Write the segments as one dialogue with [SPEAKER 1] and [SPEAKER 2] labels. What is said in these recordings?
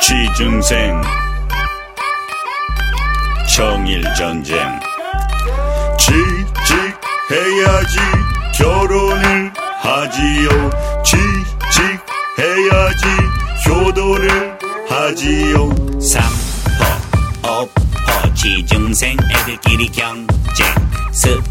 [SPEAKER 1] 취중생 청일전쟁 취직해야지 결혼을 하지요 취직해야지 효도를 하지요
[SPEAKER 2] 삼포 오포 지중생 애들끼리 경쟁 스펙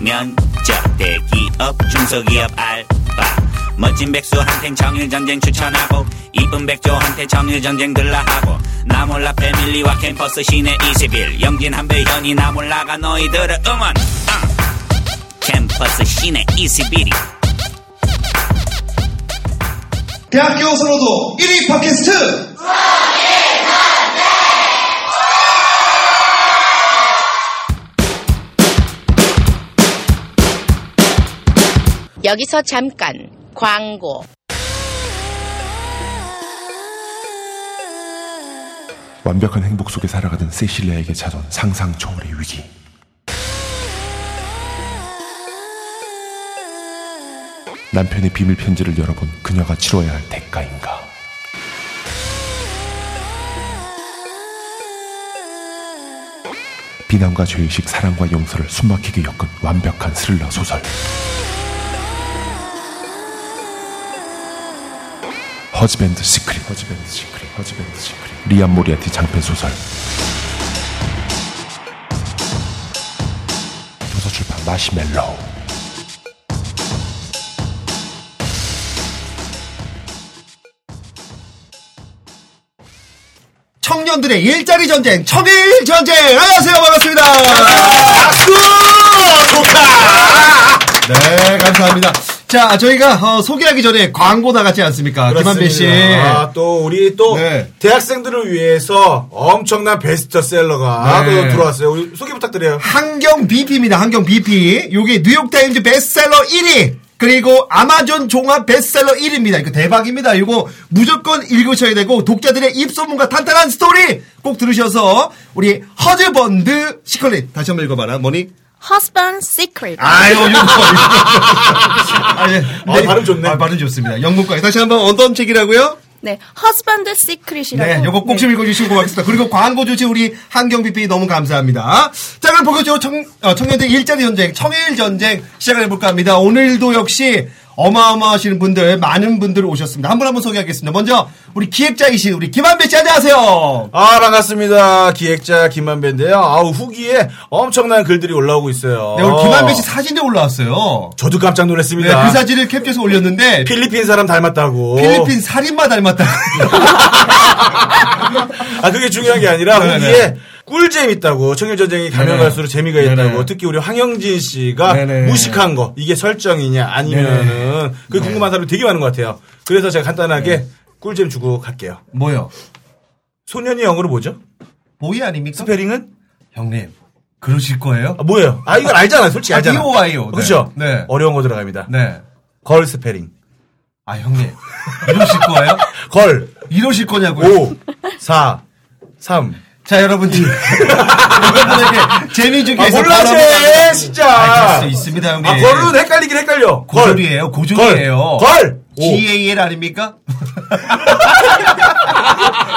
[SPEAKER 2] 면접 대기업 중소기업 알바 멋진 백수한텐 정일전쟁 추천하고 이쁜 백조한테 정일전쟁 들라하고 나몰라 패밀리와 캠퍼스 시내 21 영진 한배 현이 나몰라가 너희들을 응원 응. 캠퍼스 시내 21이
[SPEAKER 3] 대학교 선호도 1위 팟캐스트
[SPEAKER 4] 여기서 잠깐 광고.
[SPEAKER 5] 완벽한 행복 속에 살아가던 세실리아에게 찾아온 상상 초월의 위기. 남편의 비밀 편지를 열어본 그녀가 치러야 할 대가인가? 비난과 죄의식, 사랑과 용서를 숨막히게 엮은 완벽한 스릴러 소설. 허즈밴드 시크릿, 허즈밴드 시크릿, 허즈밴드 시크릿. 리안 모리아티 장편 소설. 도서출판 마시멜로우.
[SPEAKER 3] 청년들의 일자리 전쟁, 청일 전쟁. 안녕하세요, 반갑습니다. 박수! 좋다. 네, 감사합니다. 자, 저희가 어, 소개하기 전에 광고 나갔지 않습니까? 김한배 씨.
[SPEAKER 6] 아, 또 우리 또
[SPEAKER 3] 네.
[SPEAKER 6] 대학생들을 위해서 엄청난 베스트셀러가
[SPEAKER 3] 네.
[SPEAKER 6] 또 들어왔어요. 우리 소개 부탁드려요.
[SPEAKER 3] 한경 BP입니다. 한경 BP. 요게 뉴욕타임즈 베스트셀러 1위. 그리고 아마존 종합 베스트셀러 1위입니다. 이거 대박입니다. 이거 무조건 읽으셔야 되고 독자들의 입소문과 탄탄한 스토리 꼭 들으셔서 우리 허즈번드 시컬릿 다시 한번 읽어봐라. 뭐니?
[SPEAKER 7] Husband Secret.
[SPEAKER 3] 아유, 이거. 아, 예.
[SPEAKER 6] 아, 발음 좋네.
[SPEAKER 3] 아, 발음 좋습니다. 영문과에. 다시 한번 어떤 책이라고요?
[SPEAKER 7] 네, Husband Secret이라고.
[SPEAKER 3] 네, 요거 꼭 좀 읽어주시고 고맙습니다. 그리고 광고 주신 우리 한경 BP 너무 감사합니다. 자, 그럼 본격적으로 청, 어, 청년들 일자리 전쟁, 청일 전쟁 시작을 해볼까 합니다. 오늘도 역시 어마어마하시는 분들, 많은 분들 오셨습니다. 한 분 한 분 소개하겠습니다. 먼저, 우리 기획자이신 우리 김한배 씨, 안녕하세요.
[SPEAKER 6] 아, 반갑습니다. 기획자 김만배인데요. 아우, 후기에 엄청난 글들이 올라오고 있어요.
[SPEAKER 3] 네, 오늘 김한배 씨 사진이 올라왔어요.
[SPEAKER 6] 저도 깜짝
[SPEAKER 3] 네,
[SPEAKER 6] 놀랐습니다.
[SPEAKER 3] 그 사진을 캡처해서 올렸는데,
[SPEAKER 6] 필리핀 사람 닮았다고.
[SPEAKER 3] 필리핀 살인마 닮았다.
[SPEAKER 6] 아, 그게 중요한 게 아니라
[SPEAKER 3] 네네.
[SPEAKER 6] 후기에 꿀잼 있다고. 청일전쟁이 가면
[SPEAKER 3] 네네.
[SPEAKER 6] 갈수록 재미가
[SPEAKER 3] 네네.
[SPEAKER 6] 있다고. 특히 우리 황영진 씨가
[SPEAKER 3] 네네. 네,
[SPEAKER 6] 무식한 거. 이게 설정이냐 아니면은 그게 궁금한 사람이 되게 많은 것 같아요. 그래서 제가 간단하게 꿀잼 주고 갈게요.
[SPEAKER 3] 뭐요?
[SPEAKER 6] 소년이 영어로 뭐죠?
[SPEAKER 3] 보이 아닙니까?
[SPEAKER 6] 스페링은?
[SPEAKER 3] 형님, 그러실 거예요?
[SPEAKER 6] 아, 뭐예요? 아, 이건 알잖아. 솔직히
[SPEAKER 3] 아,
[SPEAKER 6] 알잖아.
[SPEAKER 3] DOIO. 네.
[SPEAKER 6] 그렇죠?
[SPEAKER 3] 네.
[SPEAKER 6] 어려운 거 들어갑니다.
[SPEAKER 3] 네.
[SPEAKER 6] 걸 스페링.
[SPEAKER 3] 아, 형님. 이러실 거예요?
[SPEAKER 6] 걸.
[SPEAKER 3] 이러실 거냐고요?
[SPEAKER 6] 5, 4, 3.
[SPEAKER 3] 자, 여러분들. 여러분에게 재미있게
[SPEAKER 6] 아,
[SPEAKER 3] 해서
[SPEAKER 6] 몰라,
[SPEAKER 3] 걸어보자.
[SPEAKER 6] 쟤! 진짜!
[SPEAKER 3] 아, 그럴 수 있습니다, 형님.
[SPEAKER 6] 아, 걸은 헷갈리긴 헷갈려. 걸.
[SPEAKER 3] 고졸이에요, 고졸이에요.
[SPEAKER 6] 걸. 걸. 오.
[SPEAKER 3] GAL 아닙니까?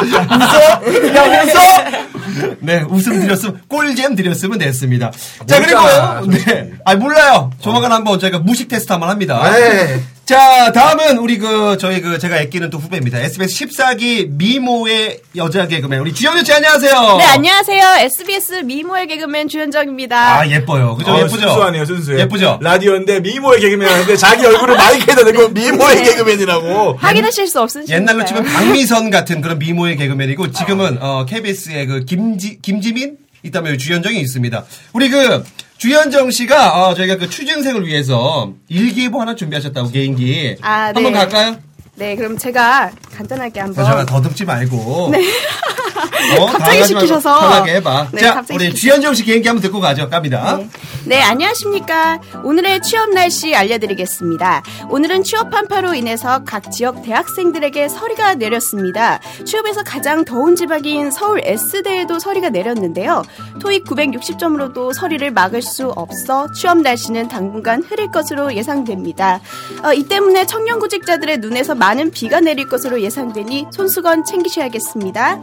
[SPEAKER 6] 웃어? 야, 웃어?
[SPEAKER 3] 네, 웃음 드렸으면, 꿀잼 드렸으면 됐습니다. 자,
[SPEAKER 6] 몰라,
[SPEAKER 3] 그리고, 네. 아, 몰라요. 조만간 한번 저희가 무식 테스트 한번 합니다.
[SPEAKER 6] 어. 네.
[SPEAKER 3] 자, 다음은 우리 그, 저희 그, 제가 아끼는 또 후배입니다. SBS 14기 미모의 여자 개그맨. 우리 주현우 씨, 안녕하세요.
[SPEAKER 7] 네, 안녕하세요. SBS 미모의 개그맨 주현정입니다.
[SPEAKER 3] 아, 예뻐요. 그죠?
[SPEAKER 6] 어,
[SPEAKER 3] 예쁘죠?
[SPEAKER 6] 순수하네요, 순수해.
[SPEAKER 3] 예쁘죠?
[SPEAKER 6] 라디오인데 미모의 개그맨이라는데 자기 얼굴을 마이크에다 대고 미모의
[SPEAKER 7] 네.
[SPEAKER 6] 개그맨이라고.
[SPEAKER 7] 확인하실 수 없으신
[SPEAKER 3] 아, 옛날로 치면 박미선 같은 그런 미모의
[SPEAKER 7] 아.
[SPEAKER 3] 개그맨이고 지금은 어, KBS의 그 김지 김지민 있다면 주현정이 있습니다. 우리 그 주현정 씨가 어, 저희가 그 취준생을 위해서 일기예보 하나 준비하셨다고 개인기
[SPEAKER 7] 아, 네.
[SPEAKER 3] 한번 갈까요?
[SPEAKER 7] 네, 그럼 제가 간단하게 한번
[SPEAKER 3] 잠깐 더듬지 말고 어,
[SPEAKER 7] 갑자기
[SPEAKER 3] 당황하지 말고
[SPEAKER 7] 시키셔서.
[SPEAKER 3] 편하게 해봐.
[SPEAKER 7] 네,
[SPEAKER 3] 자,
[SPEAKER 7] 갑자기
[SPEAKER 3] 우리
[SPEAKER 7] 시키셔서.
[SPEAKER 3] 주현정 씨 개인기 한번 듣고 가죠. 갑니다.
[SPEAKER 7] 네. 네, 안녕하십니까. 오늘의 취업 날씨 알려드리겠습니다. 오늘은 취업 한파로 인해서 각 지역 대학생들에게 서리가 내렸습니다. 취업에서 가장 더운 지방인 서울 S대에도 서리가 내렸는데요. 토익 960점으로도 서리를 막을 수 없어 취업 날씨는 당분간 흐릴 것으로 예상됩니다. 어, 이 때문에 청년 구직자들의 눈에서 많은 비가 내릴 것으로 예상되니 손수건 챙기셔야겠습니다.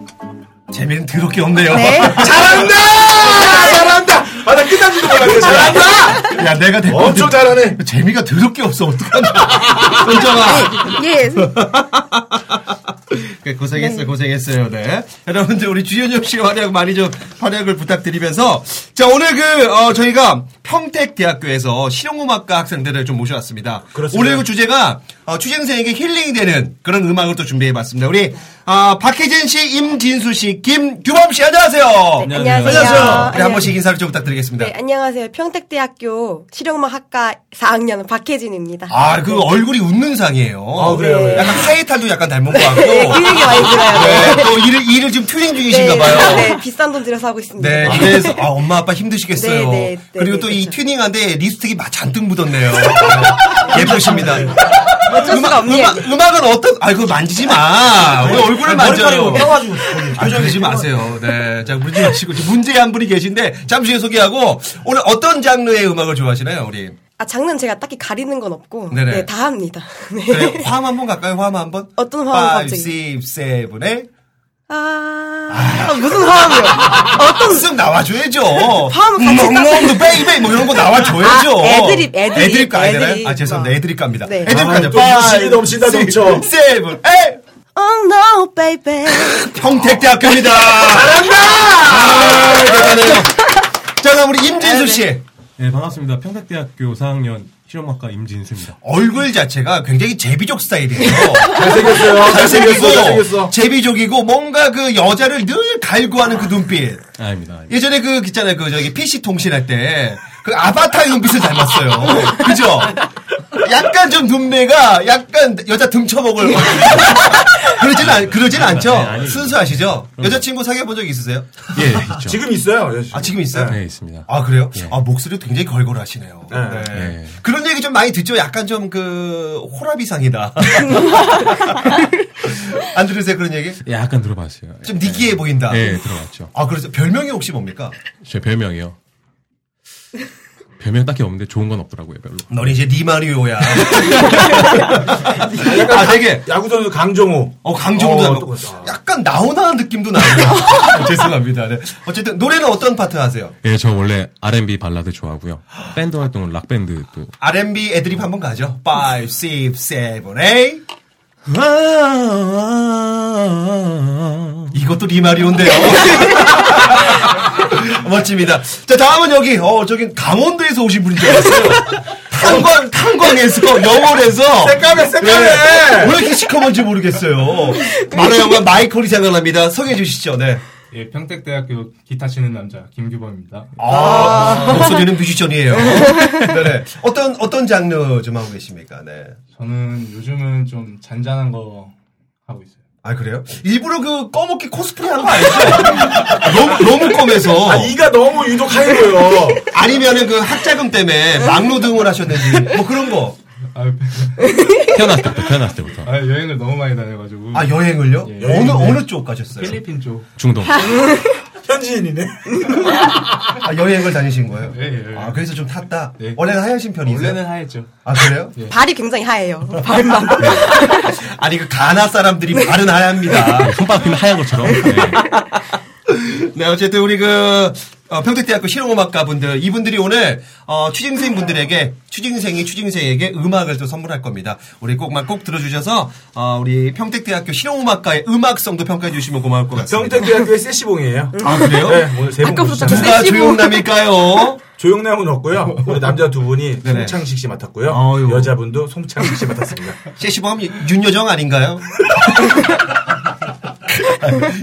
[SPEAKER 3] 재미는 더럽게 없네요.
[SPEAKER 7] 네.
[SPEAKER 3] 잘한다! 잘한다!
[SPEAKER 6] 아, 나 끝난지도 몰랐네. 잘한다!
[SPEAKER 3] 야, 내가 대표
[SPEAKER 6] 엄청 잘하네.
[SPEAKER 3] 재미가 더럽게 없어. 어떡하냐. 손정아.
[SPEAKER 7] 예,
[SPEAKER 3] 그, 고생했어요, 고생했어요, 네. 여러분들, 우리 주현정 씨의 활약 많이 좀 활약을 부탁드리면서, 자, 오늘 그, 어, 저희가 평택대학교에서 실용음악과 학생들을 좀 모셔왔습니다.
[SPEAKER 6] 그렇습니다.
[SPEAKER 3] 오늘 그 주제가, 어, 취생생에게 힐링되는 그런 음악을 또 준비해봤습니다. 우리, 아, 박혜진 씨, 임진수 씨, 김규범 씨, 안녕하세요.
[SPEAKER 8] 네, 안녕하세요.
[SPEAKER 3] 우리 한 번씩 인사를 좀 부탁드리겠습니다.
[SPEAKER 8] 네, 안녕하세요. 평택대학교 실용음악학과 4학년 박혜진입니다.
[SPEAKER 3] 아, 그 얼굴이 웃는 상이에요.
[SPEAKER 6] 아, 그래요? 네.
[SPEAKER 3] 약간 하이탈도 약간 닮은 것 같고.
[SPEAKER 8] 네, 그 얘기 많이 들어요.
[SPEAKER 3] 네, 또 일을, 일을 지금 튜닝 중이신가 봐요.
[SPEAKER 8] 네, 비싼 돈 들여서 하고 있습니다.
[SPEAKER 3] 네, 그래서 아, 엄마 아빠 힘드시겠어요.
[SPEAKER 8] 네, 네, 네,
[SPEAKER 3] 그리고
[SPEAKER 8] 네,
[SPEAKER 3] 또 이
[SPEAKER 8] 그렇죠.
[SPEAKER 3] 튜닝한데 립스틱이 막 잔뜩 묻었네요. 예쁘십니다.
[SPEAKER 8] 어쩔 수가 없네요. 네.
[SPEAKER 3] 음악, 음악은 어떤? 아 이거 만지지 마. 왜 얼굴을 만져요?
[SPEAKER 6] 떠가지고.
[SPEAKER 3] 아, 그러지 마세요. 네, 자 그러지 마시고 지금 문제 한 분이 계신데 잠시 후에 소개하고 오늘 어떤 장르의 음악을 좋아하시나요, 우리?
[SPEAKER 8] 아, 장르는 제가 딱히 가리는 건 없고
[SPEAKER 3] 네네.
[SPEAKER 8] 네, 다 합니다. 네.
[SPEAKER 3] 그래, 화음 한번 갈까요? 화음 한 번.
[SPEAKER 8] 어떤 화음 갑자기?
[SPEAKER 3] 5, 6, 7, 8.
[SPEAKER 8] 아, 아, 무슨 화음이요? 어떤
[SPEAKER 3] 쓱 나와줘야죠.
[SPEAKER 8] 화음 같이
[SPEAKER 3] 멍멍 도 베이베이 뭐 이런 거 나와줘야죠.
[SPEAKER 8] 아, 애드립, 애드립,
[SPEAKER 3] 애드립 가야 되나요?
[SPEAKER 8] 애드립.
[SPEAKER 3] 아 죄송합니다. 애드립 갑니다.
[SPEAKER 8] 네.
[SPEAKER 3] 애드립 가죠.
[SPEAKER 6] 아, 또 욕심이 넘친다, 넘쳐.
[SPEAKER 3] 세븐 에
[SPEAKER 8] Oh no, baby.
[SPEAKER 3] 평택대학교입니다. 잘한다. 아, 대단해요. 자 그럼 우리 임진수 씨.
[SPEAKER 5] 네, 반갑습니다. 평택대학교 4학년 실용학과 임진수입니다.
[SPEAKER 3] 얼굴 자체가 굉장히 제비족 스타일이에요.
[SPEAKER 6] 아, 잘생겼어요. 잘생겼어.
[SPEAKER 3] 잘생겼고
[SPEAKER 6] 잘생겼어.
[SPEAKER 3] 제비족이고 뭔가 그 여자를 늘 갈구하는 그 눈빛.
[SPEAKER 5] 아닙니다. 아닙니다.
[SPEAKER 3] 예전에 그 있잖아요 그 저기 PC 통신할 때 그 아바타의 눈빛을 닮았어요. 그죠? 약간 좀 눈매가 약간 여자 등쳐먹을 그러진 않 그러진 않죠.
[SPEAKER 5] 아닙니다. 음.
[SPEAKER 3] 순수하시죠. 여자친구 사귀어 본 적 있으세요?
[SPEAKER 5] 예, 있죠.
[SPEAKER 6] 지금 있어요.
[SPEAKER 3] 아 지금 있어요?
[SPEAKER 5] 네, 있습니다.
[SPEAKER 3] 아 그래요? 아 목소리 굉장히 걸걸하시네요.
[SPEAKER 6] 네.
[SPEAKER 3] 네.
[SPEAKER 5] 예.
[SPEAKER 3] 그런 얘기 좀 많이 듣죠. 약간 좀 그 호라비상이다. 안 들으세요 그런 얘기?
[SPEAKER 5] 예, 약간 들어봤어요.
[SPEAKER 3] 좀 니끼해 보인다.
[SPEAKER 5] 예, 들어봤죠.
[SPEAKER 3] 아 그래서 별명이 혹시 뭡니까?
[SPEAKER 5] 제 별명이요. 별명 딱히 없는데 좋은 건 없더라고요, 별로.
[SPEAKER 3] 넌 이제 니마리오야. 아, 되게.
[SPEAKER 6] 야구선수 강정호.
[SPEAKER 3] 어, 강정도
[SPEAKER 6] 어,
[SPEAKER 3] 닮았고.
[SPEAKER 6] 똑같다.
[SPEAKER 3] 약간 나오나 는 느낌도 나요. 죄송합니다. 네. 어쨌든, 노래는 어떤 파트 하세요?
[SPEAKER 5] 예, 저 원래 R&B 발라드 좋아하고요. 밴드 활동은 락밴드 또.
[SPEAKER 3] R&B 애드립 한번 가죠. 5, 6, 7, 8.
[SPEAKER 6] 아, 아.
[SPEAKER 3] 이것도 리마리온데요. 멋집니다. 자, 다음은 여기, 어, 저기 강원도에서 오신 분인 줄 알았어요. 탄광, 탄광에서, 영월에서.
[SPEAKER 6] 새까매,
[SPEAKER 3] 네.
[SPEAKER 6] 새까매.
[SPEAKER 3] 왜 이렇게 시커먼지 모르겠어요. 바로 영화 마이콜이 생각납니다. 소개해 주시죠, 네.
[SPEAKER 9] 예, 평택대학교 기타 치는 남자 김규범입니다.
[SPEAKER 3] 아, 목소리는 뮤지션이에요. 네네. 어떤, 어떤 장르 좀 하고 계십니까? 네.
[SPEAKER 9] 저는 요즘은 좀 잔잔한 거 하고 있어요.
[SPEAKER 3] 아, 그래요? 일부러 그, 꺼먹기 코스프레 하는 거 아니죠? 너무, 너무 꺼매서.
[SPEAKER 6] 아, 이가 너무 유독 하이고요.
[SPEAKER 3] 아니면은 그 학자금 때문에 막로 등을 하셨는지, 뭐 그런 거.
[SPEAKER 9] 아,
[SPEAKER 5] 태어났을 때부터, 태어났을 때부터.
[SPEAKER 9] 아, 여행을 너무 많이 다녀가지고.
[SPEAKER 3] 아, 여행을요?
[SPEAKER 9] 예.
[SPEAKER 3] 어느, 어느 쪽 가셨어요?
[SPEAKER 9] 필리핀 쪽.
[SPEAKER 5] 중동.
[SPEAKER 6] 현지인이네.
[SPEAKER 3] 아, 여행을 다니신 거예요?
[SPEAKER 9] 예, 예, 예.
[SPEAKER 3] 아, 그래서 좀 탔다?
[SPEAKER 9] 예.
[SPEAKER 3] 원래는 하얀신 편이세요?
[SPEAKER 9] 원래는 하였죠.
[SPEAKER 3] 아, 그래요?
[SPEAKER 10] 예.
[SPEAKER 8] 발이 굉장히 하얘요.
[SPEAKER 10] 네.
[SPEAKER 8] 발만.
[SPEAKER 3] 아니, 그 가나 사람들이 발은 하얗습니다.
[SPEAKER 5] 네, 손바닥 피면 하얀 것처럼. 네.
[SPEAKER 3] 네, 어쨌든 우리 그 어, 평택대학교 실용음악가 분들 이분들이 오늘 어, 취직생 분들에게 취직생이 취직생에게 음악을 또 선물할 겁니다. 우리 꼭만 꼭 들어주셔서 어, 우리 평택대학교 실용음악가의 음악성도 평가해 주시면 고마울 것 같습니다.
[SPEAKER 6] 정택대학교의 세시봉이에요.
[SPEAKER 3] 아 그래요?
[SPEAKER 6] 네, 오늘 세분
[SPEAKER 7] 아까부터
[SPEAKER 10] 그렇죠.
[SPEAKER 6] 보시잖아요.
[SPEAKER 3] 누가
[SPEAKER 7] 세시봉.
[SPEAKER 3] 조용남일까요?
[SPEAKER 6] 조영남은 없고요. 우리 남자 두 분이
[SPEAKER 3] 네네.
[SPEAKER 6] 송창식 씨 맡았고요.
[SPEAKER 3] 아유.
[SPEAKER 6] 여자분도 송창식 씨 맡았습니다.
[SPEAKER 3] 세시범 윤여정 아닌가요?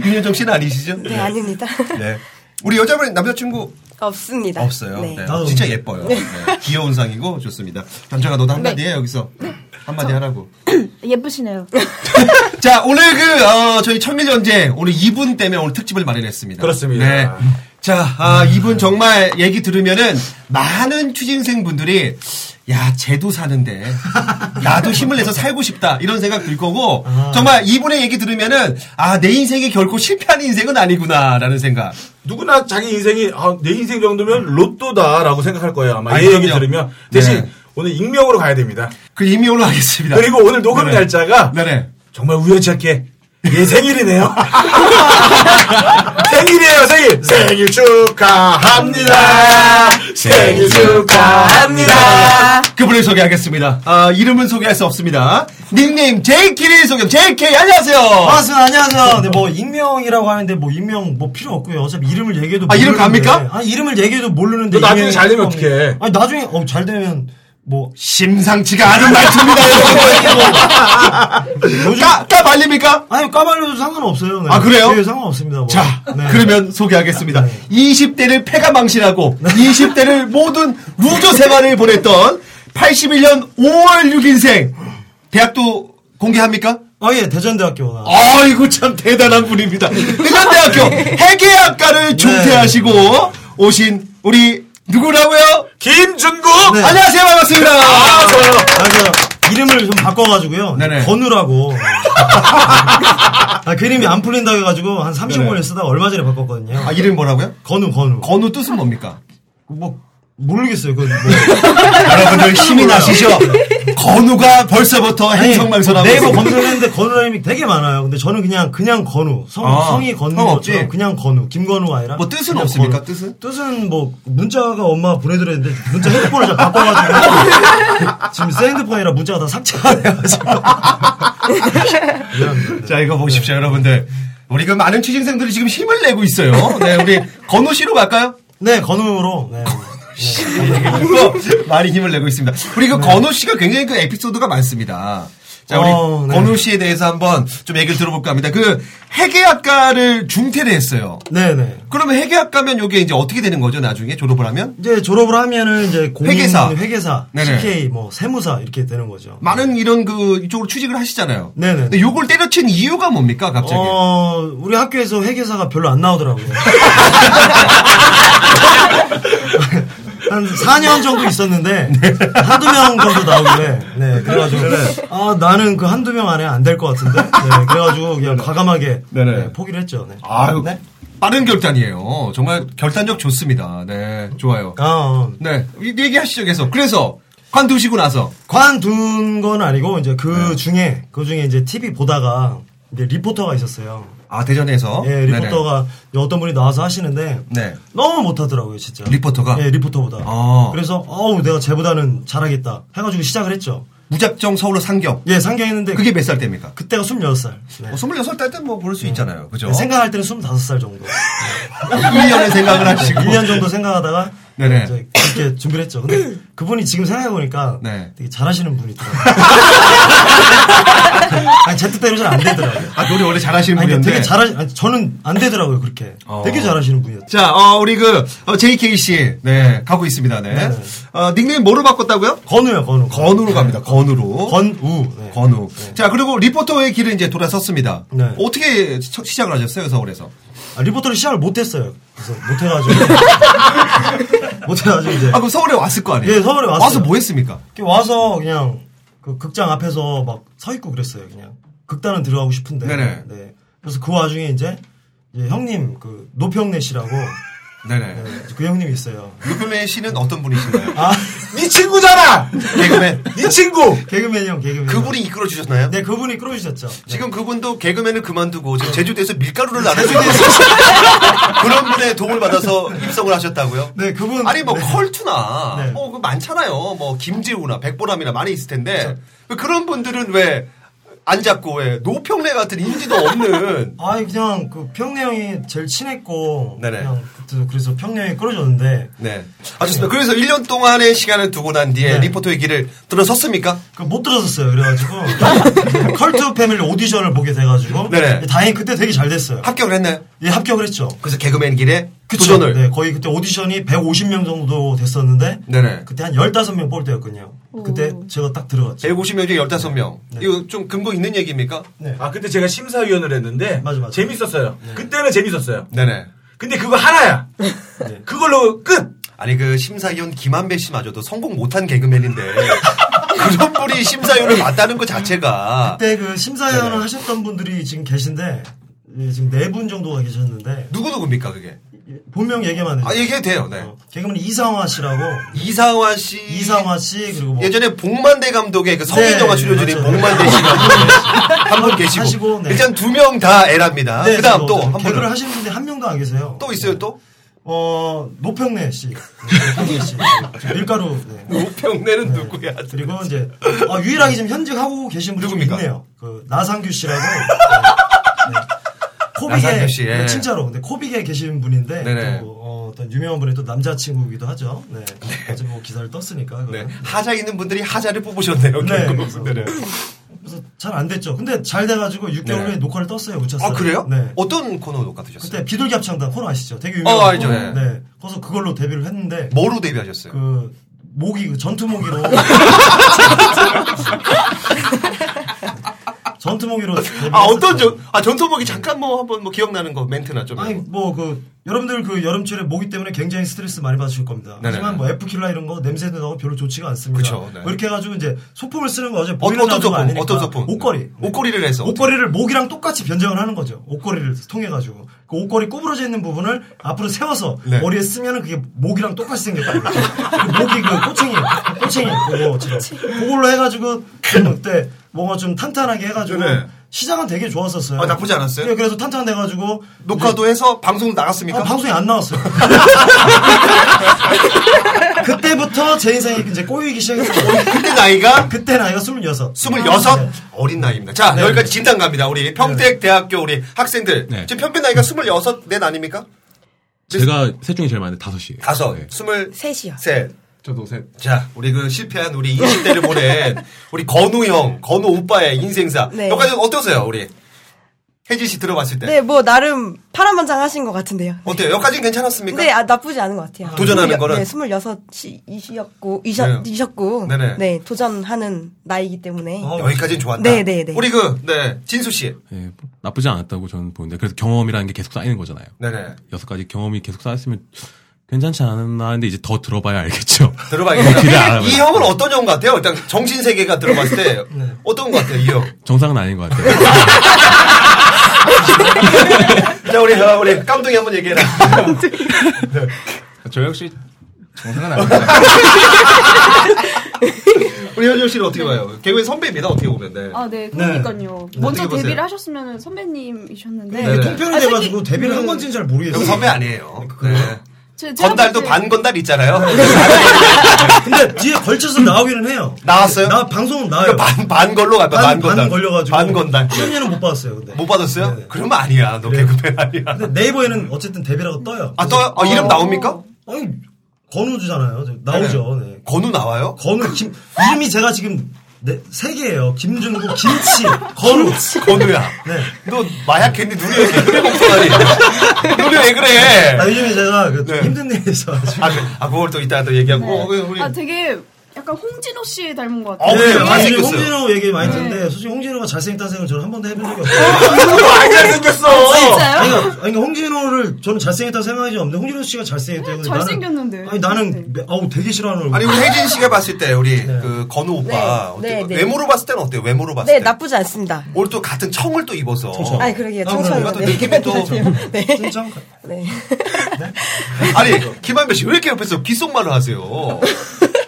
[SPEAKER 3] 윤여정 씨는 아니시죠?
[SPEAKER 8] 네, 아닙니다.
[SPEAKER 3] 네. 우리 여자분 남자친구
[SPEAKER 8] 없습니다.
[SPEAKER 3] 없어요.
[SPEAKER 8] 네.
[SPEAKER 3] 네. 진짜 예뻐요. 네. 귀여운 상이고 좋습니다. 남자가 너도 한마디 해 여기서 한마디 하라고.
[SPEAKER 7] 예쁘시네요.
[SPEAKER 3] 자, 오늘 그, 어, 저희 청일 전쟁, 오늘 이분 때문에 오늘 특집을 마련했습니다.
[SPEAKER 6] 그렇습니다.
[SPEAKER 3] 네. 자, 아, 이분 정말 얘기 들으면은 많은 취준생 분들이 야, 쟤도 사는데 나도 힘을 내서 살고 싶다 이런 생각 들 거고
[SPEAKER 6] 아.
[SPEAKER 3] 정말 이분의 얘기 들으면은 아, 내 인생이 결코 실패하는 인생은 아니구나라는 생각.
[SPEAKER 6] 누구나 자기 인생이 아, 내 인생 정도면 로또다라고 생각할 거예요. 아마
[SPEAKER 3] 아,
[SPEAKER 6] 이 얘기
[SPEAKER 3] 그럼요.
[SPEAKER 6] 들으면 대신
[SPEAKER 3] 네.
[SPEAKER 6] 오늘 익명으로 가야 됩니다.
[SPEAKER 3] 그 이미 오늘 하겠습니다.
[SPEAKER 6] 그리고 오늘 녹음
[SPEAKER 3] 네네.
[SPEAKER 6] 날짜가
[SPEAKER 3] 네네.
[SPEAKER 6] 정말 우연찮게 얘 생일이네요. 생일이에요 생일. 생일 축하합니다. 생일 축하합니다.
[SPEAKER 3] 그분을 소개하겠습니다. 아, 이름은 소개할 수 없습니다. 닉네임 JK를 소개. JK 안녕하세요.
[SPEAKER 11] 반갑습니다. 안녕하세요. 근데 뭐 익명이라고 하는데 뭐 익명 뭐 필요 없고요. 어차피 이름을 얘기해도
[SPEAKER 3] 아, 이름
[SPEAKER 11] 모르는데.
[SPEAKER 3] 갑니까?
[SPEAKER 11] 아니 이름을 얘기해도 모르는데
[SPEAKER 6] 너 나중에
[SPEAKER 11] 익명이
[SPEAKER 6] 잘 되면
[SPEAKER 11] 필요 없는-
[SPEAKER 6] 어떡해.
[SPEAKER 11] 아니 나중에 어 잘 되면 뭐
[SPEAKER 3] 심상치가 않은 말투입니다. 여러분.
[SPEAKER 11] 요즘
[SPEAKER 3] 까, 까 말립니까?
[SPEAKER 11] 아니 까발려도 상관없어요. 네.
[SPEAKER 3] 아, 그래요?
[SPEAKER 11] 예, 상관없습니다. 뭐.
[SPEAKER 3] 자,
[SPEAKER 11] 네.
[SPEAKER 3] 그러면 소개하겠습니다. 20대를 패가 망신하고
[SPEAKER 11] 네.
[SPEAKER 3] 20대를 모든 루저 생활을 보냈던 81년 5월 6인생 대학도 공개합니까?
[SPEAKER 11] 아 예, 대전대학교 나.
[SPEAKER 3] 아이고 참 대단한 분입니다. 대전대학교
[SPEAKER 11] 네.
[SPEAKER 3] 해계학과를 중퇴하시고 오신 우리 누구라고요?
[SPEAKER 6] 김준구.
[SPEAKER 11] 네.
[SPEAKER 3] 안녕하세요 반갑습니다.
[SPEAKER 6] 아 좋아요.
[SPEAKER 11] 아, 그 이름을 좀 바꿔가지고요.
[SPEAKER 3] 네네.
[SPEAKER 11] 건우라고. 아, 그 이름이 안 풀린다 해가지고 한 30원을 쓰다가 얼마 전에 바꿨거든요.
[SPEAKER 3] 네, 아, 이름 뭐라고요?
[SPEAKER 11] 건우, 건우.
[SPEAKER 3] 건우 뜻은 뭡니까?
[SPEAKER 11] 뭐, 모르겠어요. 그 뭐.
[SPEAKER 3] 네, 여러분들 힘이 나시죠? 건우가 벌써부터
[SPEAKER 11] 아니,
[SPEAKER 3] 행성망설하고
[SPEAKER 11] 네이버
[SPEAKER 3] 있습니다.
[SPEAKER 11] 검색했는데 건우라는 이름이 되게 많아요. 근데 저는 그냥, 그냥 건우. 성,
[SPEAKER 3] 아,
[SPEAKER 11] 성이 건우.
[SPEAKER 3] 형 없지?
[SPEAKER 11] 그냥 건우. 김건우 아니라.
[SPEAKER 3] 뭐 뜻은
[SPEAKER 11] 그냥
[SPEAKER 3] 없습니까? 뜻은?
[SPEAKER 11] 뜻은 뭐, 문자가 엄마 보내드렸는데, 문자 핸드폰을 잘 바꿔가지고. 지금 새 핸드폰이라 문자가 다 삭제가 돼가지고.
[SPEAKER 3] 자, 이거 보십시오, 여러분들. 우리 그 많은 취준생들이 지금 힘을 내고 있어요. 네, 우리 건우 씨로 갈까요?
[SPEAKER 11] 네, 건우로. 네.
[SPEAKER 3] 그래서 많이 힘을 내고 있습니다. 우리
[SPEAKER 11] 네.
[SPEAKER 3] 그 건우 씨가 굉장히 그 에피소드가 많습니다. 자, 우리
[SPEAKER 11] 어, 네.
[SPEAKER 3] 건우 씨에 대해서 한번 좀 얘기를 들어볼까 합니다. 그 회계학과를 중퇴를 했어요.
[SPEAKER 11] 네네.
[SPEAKER 3] 그러면 회계학과면 이게 이제 어떻게 되는 거죠, 나중에 졸업을 하면?
[SPEAKER 11] 이제 졸업을 하면은 이제 공인
[SPEAKER 3] 회계사.
[SPEAKER 11] 음, 회계사,
[SPEAKER 3] 네네.
[SPEAKER 11] CK, 뭐 세무사 이렇게 되는 거죠.
[SPEAKER 3] 많은 이런 그 이쪽으로 취직을 하시잖아요.
[SPEAKER 11] 네네.
[SPEAKER 3] 근데 요걸 때려친 이유가 뭡니까, 갑자기?
[SPEAKER 11] 어, 우리 학교에서 회계사가 별로 안 나오더라고요. 한 4년 정도 있었는데 한두 명 정도 나오길래 네 그래가지고 아 나는 그 한두 명 안에 안 될 것 같은데 네, 그래가지고 그냥 과감하게
[SPEAKER 3] 네네.
[SPEAKER 11] 네, 포기를 했죠 네.
[SPEAKER 3] 아유, 빠른 결단이에요. 정말 결단력 좋습니다. 네, 좋아요.
[SPEAKER 11] 아, 어.
[SPEAKER 3] 네, 이- 얘기하시죠, 계속. 그래서, 관두시고 나서. 네.
[SPEAKER 11] 관둔 건 아니고 이제 그 중에 그 중에 이제 TV 보다가 이제 리포터가 있었어요.
[SPEAKER 3] 아, 대전에서.
[SPEAKER 11] 예, 리포터가 어떤 분이 나와서 하시는데
[SPEAKER 3] 네.
[SPEAKER 11] 너무 못하더라고요, 진짜.
[SPEAKER 3] 리포터가?
[SPEAKER 11] 예, 리포터보다.
[SPEAKER 3] 아.
[SPEAKER 11] 그래서 어우 내가 쟤보다는 잘하겠다 해가지고 시작을 했죠.
[SPEAKER 3] 무작정 서울로 상경.
[SPEAKER 11] 예, 상경했는데
[SPEAKER 3] 그게 몇 살 때입니까?
[SPEAKER 11] 그때가 26살. 네.
[SPEAKER 3] 어, 26살 때뭐 부를 수 있잖아요. 그죠?
[SPEAKER 11] 네, 생각할 때는 25살 정도.
[SPEAKER 3] 네. 1년을 생각을 하시고.
[SPEAKER 11] 1년 정도 생각하다가
[SPEAKER 3] 네네.
[SPEAKER 11] 이제 그렇게 준비를 했죠. 근데 그분이 지금 생각해보니까
[SPEAKER 3] 네.
[SPEAKER 11] 되게 잘하시는 분이더라고요. 아니, 제 뜻대로 잘 안 되더라고요.
[SPEAKER 3] 아, 노래 원래 잘하시는
[SPEAKER 11] 아니,
[SPEAKER 3] 분이었는데.
[SPEAKER 11] 되게 잘하, 아니, 저는 안 되더라고요, 그렇게.
[SPEAKER 3] 어.
[SPEAKER 6] 아.
[SPEAKER 11] 되게 잘하시는 분이었죠.
[SPEAKER 3] 자, 어, 우리 그, 어, JK 씨. 네, 가고 있습니다. 네. 어, 닉네임 뭐로 바꿨다고요?
[SPEAKER 11] 건우요, 건우. 네.
[SPEAKER 3] 건우로 갑니다. 건우로.
[SPEAKER 11] 건우. 네.
[SPEAKER 3] 건우. 자, 그리고 리포터의 길을 이제 돌아섰습니다.
[SPEAKER 11] 네.
[SPEAKER 3] 어떻게 처- 시작을 하셨어요, 서울에서?
[SPEAKER 11] 아, 리포터를 시작을 못했어요. 그래서 못해가지고. 못해가지고 이제.
[SPEAKER 3] 아, 그럼 서울에 왔을 거 아니에요?
[SPEAKER 11] 예, 서울에 왔어요.
[SPEAKER 3] 와서 뭐 했습니까?
[SPEAKER 11] 이렇게 와서 그냥 그 극장 앞에서 막 서 있고 그랬어요. 그냥 극단은 들어가고 싶은데.
[SPEAKER 3] 네네.
[SPEAKER 11] 네. 그래서 그 와중에 이제, 이제 형님 그 노평래 씨라고
[SPEAKER 3] 네네.
[SPEAKER 11] 네, 그 형님이 있어요.
[SPEAKER 3] 유표래 씨는 어떤 분이신가요?
[SPEAKER 11] 아
[SPEAKER 6] 네 친구잖아.
[SPEAKER 3] 개그맨.
[SPEAKER 6] 네 친구.
[SPEAKER 11] 개그맨 형 개그맨. 형.
[SPEAKER 3] 그분이 이끌어 주셨나요?
[SPEAKER 11] 네 그분이 끌어주셨죠. 네.
[SPEAKER 3] 지금 그분도 개그맨을 그만두고 지금 제주도에서 밀가루를 나눠주는 그런 분의 도움을 받아서 입성을 하셨다고요?
[SPEAKER 11] 네, 그분-
[SPEAKER 3] 아니 뭐
[SPEAKER 11] 네.
[SPEAKER 3] 컬투나
[SPEAKER 11] 네.
[SPEAKER 3] 뭐 그거 많잖아요. 뭐 김재우나 백보람이나 많이 있을 텐데 왜 그런 분들은 왜 안 잡고 왜 노평래 같은 인지도 없는
[SPEAKER 11] 아니 그냥 그 평래 형이 제일 친했고
[SPEAKER 3] 네네.
[SPEAKER 11] 그냥 그때 그래서 평래 형이 끌어줬는데
[SPEAKER 3] 네. 아, 좋습니다. 그래서 1년 동안의 시간을 두고 난 뒤에
[SPEAKER 11] 네.
[SPEAKER 3] 리포터의 길을 들어섰습니까?
[SPEAKER 11] 그 못 들었었어요. 그래가지고 컬트 패밀리 오디션을 보게 돼가지고
[SPEAKER 3] 네네.
[SPEAKER 11] 다행히 그때 되게 잘 됐어요.
[SPEAKER 3] 합격을 했나요?
[SPEAKER 11] 예 합격을 했죠.
[SPEAKER 3] 그래서 개그맨 길에
[SPEAKER 11] 그쵸.
[SPEAKER 12] 도전을.
[SPEAKER 11] 네, 거의 그때 오디션이 150명 정도 됐었는데
[SPEAKER 12] 네네.
[SPEAKER 11] 그때 한 15명 볼 때였거든요. 그때 제가 딱 들어갔죠. 네.
[SPEAKER 12] 150명 중에 15명. 이거 좀 근거 있는 얘기입니까?
[SPEAKER 6] 아 그때 제가 심사위원을 했는데 재밌었어요.
[SPEAKER 11] 네.
[SPEAKER 6] 그때는 재밌었어요.
[SPEAKER 3] 네네.
[SPEAKER 6] 근데 그거 하나야.
[SPEAKER 11] 네.
[SPEAKER 6] 그걸로 끝.
[SPEAKER 3] 아니 그 심사위원 김한배 씨마저도 성공 못한 개그맨인데 그런 분이 심사위원을 맡다는 것 자체가
[SPEAKER 11] 그때 그
[SPEAKER 6] 네.
[SPEAKER 11] 심사위원을 하셨던 분들이 지금 계신데 예, 지금 네 분 정도가 계셨는데
[SPEAKER 3] 누구 누구입니까 그게?
[SPEAKER 11] 본명 얘기만 해요.
[SPEAKER 3] 아 얘기해도 돼요. 네.
[SPEAKER 11] 개그맨 이상화 씨라고
[SPEAKER 3] 이상화 씨,
[SPEAKER 11] 어. 이상화 씨 그리고 뭐
[SPEAKER 3] 예전에 복만대 감독의 그 성인
[SPEAKER 11] 네,
[SPEAKER 3] 영화 출연진인
[SPEAKER 11] 맞아요. 네.
[SPEAKER 3] 복만대 씨가 한 분 계시고
[SPEAKER 11] 하시고, 네.
[SPEAKER 3] 일단 두 명 다 에라입니다.
[SPEAKER 11] 네,
[SPEAKER 3] 그다음
[SPEAKER 11] 저도
[SPEAKER 3] 아, 또 한 분.
[SPEAKER 11] 개그를 하시는 분이 한 명도 안 계세요.
[SPEAKER 3] 또 있어요 또?
[SPEAKER 11] 어 노평래 씨, 네, 노평래 씨, 네, 밀가루. 네.
[SPEAKER 3] 노평래는 누구야?
[SPEAKER 11] 그리고 이제 어, 유일하게 지금 현직하고 계신 분이 좀 있네요. 그 나상규 씨라고. 네. 코빅에
[SPEAKER 3] 나상규 씨, 예.
[SPEAKER 11] 네, 진짜로 근데 코빅에 계신 분인데
[SPEAKER 3] 네네.
[SPEAKER 11] 또, 어, 어떤 유명한 분의 또 남자친구이기도 하죠. 네. 어제 뭐 기사를 떴으니까.
[SPEAKER 3] 네. 하자 있는 분들이 하자를 뽑으셨네요.
[SPEAKER 11] 네,
[SPEAKER 3] 개그맨들은.
[SPEAKER 11] 잘안 됐죠. 근데 잘 돼가지고 6개월
[SPEAKER 3] 네.
[SPEAKER 11] 후에 녹화를 떴어요. 우차스.
[SPEAKER 3] 아 그래요?
[SPEAKER 11] 네.
[SPEAKER 3] 어떤 코너 녹화 드셨어요?
[SPEAKER 11] 그때 비둘기 합창단 코너 아시죠? 되게 유명한
[SPEAKER 3] 어, 알죠.
[SPEAKER 11] 코너.
[SPEAKER 3] 네.
[SPEAKER 11] 네. 거기서 그걸로 데뷔를 했는데
[SPEAKER 3] 뭐로 데뷔하셨어요?
[SPEAKER 11] 그 모기 그 전투 모기로 전투 모기로 데뷔를
[SPEAKER 3] 아 어떤 전아 전투복이 잠깐 뭐 한번 뭐 기억나는 거 멘트나 좀.
[SPEAKER 11] 아니 뭐 그 여러분들 그 여름철에 모기 때문에 굉장히 스트레스 많이 받으실 겁니다.
[SPEAKER 3] 네네.
[SPEAKER 11] 하지만 뭐 에프킬라 이런 거 냄새도 나고 별로 좋지가 않습니다.
[SPEAKER 3] 그쵸, 네.
[SPEAKER 11] 뭐 이렇게 해가지고 이제 소품을 쓰는 거 어제
[SPEAKER 3] 어,
[SPEAKER 11] 보이는
[SPEAKER 3] 어떤
[SPEAKER 11] 라디오가
[SPEAKER 3] 소품?
[SPEAKER 11] 아니니까
[SPEAKER 3] 어떤 소품?
[SPEAKER 11] 옷걸이
[SPEAKER 3] 네. 옷걸이를 해서
[SPEAKER 11] 옷걸이를 모기랑 똑같이 변장을 하는 거죠. 옷걸이를 통해가지고 그 옷걸이 구부러져 있는 부분을 앞으로 세워서
[SPEAKER 3] 네.
[SPEAKER 11] 머리에 쓰면은 그게 모기랑 똑같이 생겼다는 거죠. 그 모기 그 꼬챙이 꼬챙이 그거처럼 그걸로 해가지고 좀 그때 뭔가 좀 탄탄하게 해가지고
[SPEAKER 3] 네네.
[SPEAKER 11] 시장은 되게 좋았었어요.
[SPEAKER 3] 아, 나쁘지 않았어요?
[SPEAKER 11] 예, 그래서 탄탄해가지고
[SPEAKER 3] 녹화도 해서 방송 나갔습니까?
[SPEAKER 11] 네.
[SPEAKER 3] 뭐
[SPEAKER 11] 아, 방송이 안 나왔어요. 그때부터 제 인생이 이제 꼬이기 시작했어요.
[SPEAKER 3] 그때 나이가
[SPEAKER 11] 그때 나이가 26.
[SPEAKER 3] 26
[SPEAKER 13] 아,
[SPEAKER 11] 네.
[SPEAKER 3] 어린 나이입니다. 자
[SPEAKER 11] 네.
[SPEAKER 3] 여기까지 진단 갑니다. 우리
[SPEAKER 13] 네.
[SPEAKER 3] 평택 대학교 우리 학생들 지금 평균 나이가 26, 넷 아닙니까?
[SPEAKER 13] 제가 셋 중에 제일 많은데 다섯이에요.
[SPEAKER 3] 다섯,
[SPEAKER 13] 네.
[SPEAKER 3] 스물
[SPEAKER 14] 셋이요.
[SPEAKER 3] 셋.
[SPEAKER 13] 저도 셋.
[SPEAKER 3] 자, 우리 그 실패한 우리 20대를 보낸 우리 건우 형, 건우 오빠의 인생사.
[SPEAKER 14] 네.
[SPEAKER 3] 여기까지 어떠세요, 우리? 혜진 씨 들어봤을 때.
[SPEAKER 14] 네, 뭐 나름 파란만장 하신 것 같은데요.
[SPEAKER 3] 어때요? 여기까지는 괜찮았습니까?
[SPEAKER 14] 네, 아, 나쁘지 않은 것 같아요.
[SPEAKER 3] 그러니까 도전하는
[SPEAKER 14] 스물- 네,
[SPEAKER 3] 거는?
[SPEAKER 14] 26이셨고, 이셨,
[SPEAKER 3] 네.
[SPEAKER 14] 이셨고,
[SPEAKER 3] 네네.
[SPEAKER 14] 네. 도전하는 나이기 때문에.
[SPEAKER 3] 어, 여기까지는 좋았다.
[SPEAKER 14] 네, 네, 네.
[SPEAKER 3] 우리 그, 네, 진수 씨.
[SPEAKER 13] 예, 나쁘지 않았다고 저는 보는데 그래서 경험이라는 게 계속 쌓이는 거잖아요.
[SPEAKER 3] 네네.
[SPEAKER 13] 여섯 가지 경험이 계속 쌓였으면 괜찮지 않았나 하는데 이제 더 들어봐야 알겠죠. 네, 어떻게
[SPEAKER 3] 들어봐야겠다.
[SPEAKER 13] 알아봐요.
[SPEAKER 3] 이 형은 어떤 형 같아요? 일단 정신세계가 들어봤을 때
[SPEAKER 14] 네.
[SPEAKER 3] 어떤 것 같아요, 이 형?
[SPEAKER 13] 정상은 아닌 것 같아요.
[SPEAKER 3] 자, 우리, 어, 우리 깜둥이 한번 얘기해라.
[SPEAKER 15] 저 역시 정상은 아닙니다.
[SPEAKER 3] 우리 현정 씨는 어떻게 봐요? 개그맨 선배입니다, 어떻게 보면. 네.
[SPEAKER 10] 아, 네, 그러니까요.
[SPEAKER 3] 네.
[SPEAKER 10] 먼저
[SPEAKER 3] 어떻게 보세요?
[SPEAKER 10] 데뷔를 하셨으면 선배님이셨는데.
[SPEAKER 3] 네, 네.
[SPEAKER 11] 통편이
[SPEAKER 10] 아, 솔직히-
[SPEAKER 11] 돼가지고 데뷔를 한 건지는 잘 모르겠어요.
[SPEAKER 3] 형 선배 아니에요. 네.
[SPEAKER 10] 제- 제가 뭐 네.
[SPEAKER 3] 건달도
[SPEAKER 10] 봤을 때-
[SPEAKER 3] 반 건달 있잖아요.
[SPEAKER 11] 근데 뒤에 걸쳐서 나오기는 해요.
[SPEAKER 3] 나왔어요?
[SPEAKER 11] 나 방송은 나와요.
[SPEAKER 3] 반, 반 걸로 갔다. 반,
[SPEAKER 11] 반
[SPEAKER 3] 건달.
[SPEAKER 11] 걸려가지고.
[SPEAKER 3] 반 건달.
[SPEAKER 11] 출연료는 못 받았어요. 근데.
[SPEAKER 3] 못 받았어요? 그러면 아니야. 너 개그맨 아니야.
[SPEAKER 11] 근데 네. 네이버에는 어쨌든 데뷔라고 떠요.
[SPEAKER 3] 아, 떠요? 아,
[SPEAKER 10] 어.
[SPEAKER 3] 이름 나옵니까?
[SPEAKER 11] 아니 건우주잖아요. 저- 나오죠. 네.
[SPEAKER 3] 건우 나와요?
[SPEAKER 11] 건우 김 이름이 제가 지금 네, 세 개예요. 김준구, 김치, 건우.
[SPEAKER 3] 건우야.
[SPEAKER 11] 네.
[SPEAKER 3] 너 마약했니? 눈이 왜 그래, 목소리. 눈이 왜 그래?
[SPEAKER 11] 아, 요즘에 제가 그 힘든 네, 일이 있어가지고.
[SPEAKER 3] 아, 그, 아, 그걸 또 이따 또 얘기하고. 어, 왜 우리.
[SPEAKER 10] 아, 되게 약간 홍진호 씨 닮은 것
[SPEAKER 3] 어,
[SPEAKER 10] 같아요.
[SPEAKER 3] 그래요?
[SPEAKER 11] 네,
[SPEAKER 3] 많이
[SPEAKER 11] 요즘
[SPEAKER 3] 생겼어요.
[SPEAKER 11] 홍진호 얘기 많이
[SPEAKER 10] 네.
[SPEAKER 11] 듣는데 솔직히 홍진호가 잘생겼다는 생각을 저는 한 번도 해본 적이 없어요.
[SPEAKER 3] 많이 잘생겼어!
[SPEAKER 11] 아니, 그러니까, 아니, 그러니까 홍진호를 저는 잘생겼다고 생각하지 없는데 홍진호 씨가 잘생겼다고
[SPEAKER 10] 잘생겼는데.
[SPEAKER 11] 나는, 아니 나는 매- 아우 되게 싫어하는 얼굴.
[SPEAKER 3] 아니, 우리 혜진 씨가 봤을 때, 우리, 그, 건우 오빠.
[SPEAKER 14] 네,
[SPEAKER 3] 어때?
[SPEAKER 14] 네, 네.
[SPEAKER 3] 외모로 봤을 때는 어때요? 외모로 봤을
[SPEAKER 14] 네,
[SPEAKER 3] 때.
[SPEAKER 14] 나쁘지 않습니다.
[SPEAKER 3] 오늘 또 같은 청을 또 입어서.
[SPEAKER 14] 아니, 그러게요.
[SPEAKER 3] 아, 그러네.
[SPEAKER 14] 청청.
[SPEAKER 3] 또 느낌이 또-
[SPEAKER 14] 네.
[SPEAKER 11] 청청.
[SPEAKER 14] 네.
[SPEAKER 3] 아니, 김한배 씨 왜 이렇게 옆에서 귓속말을 하세요?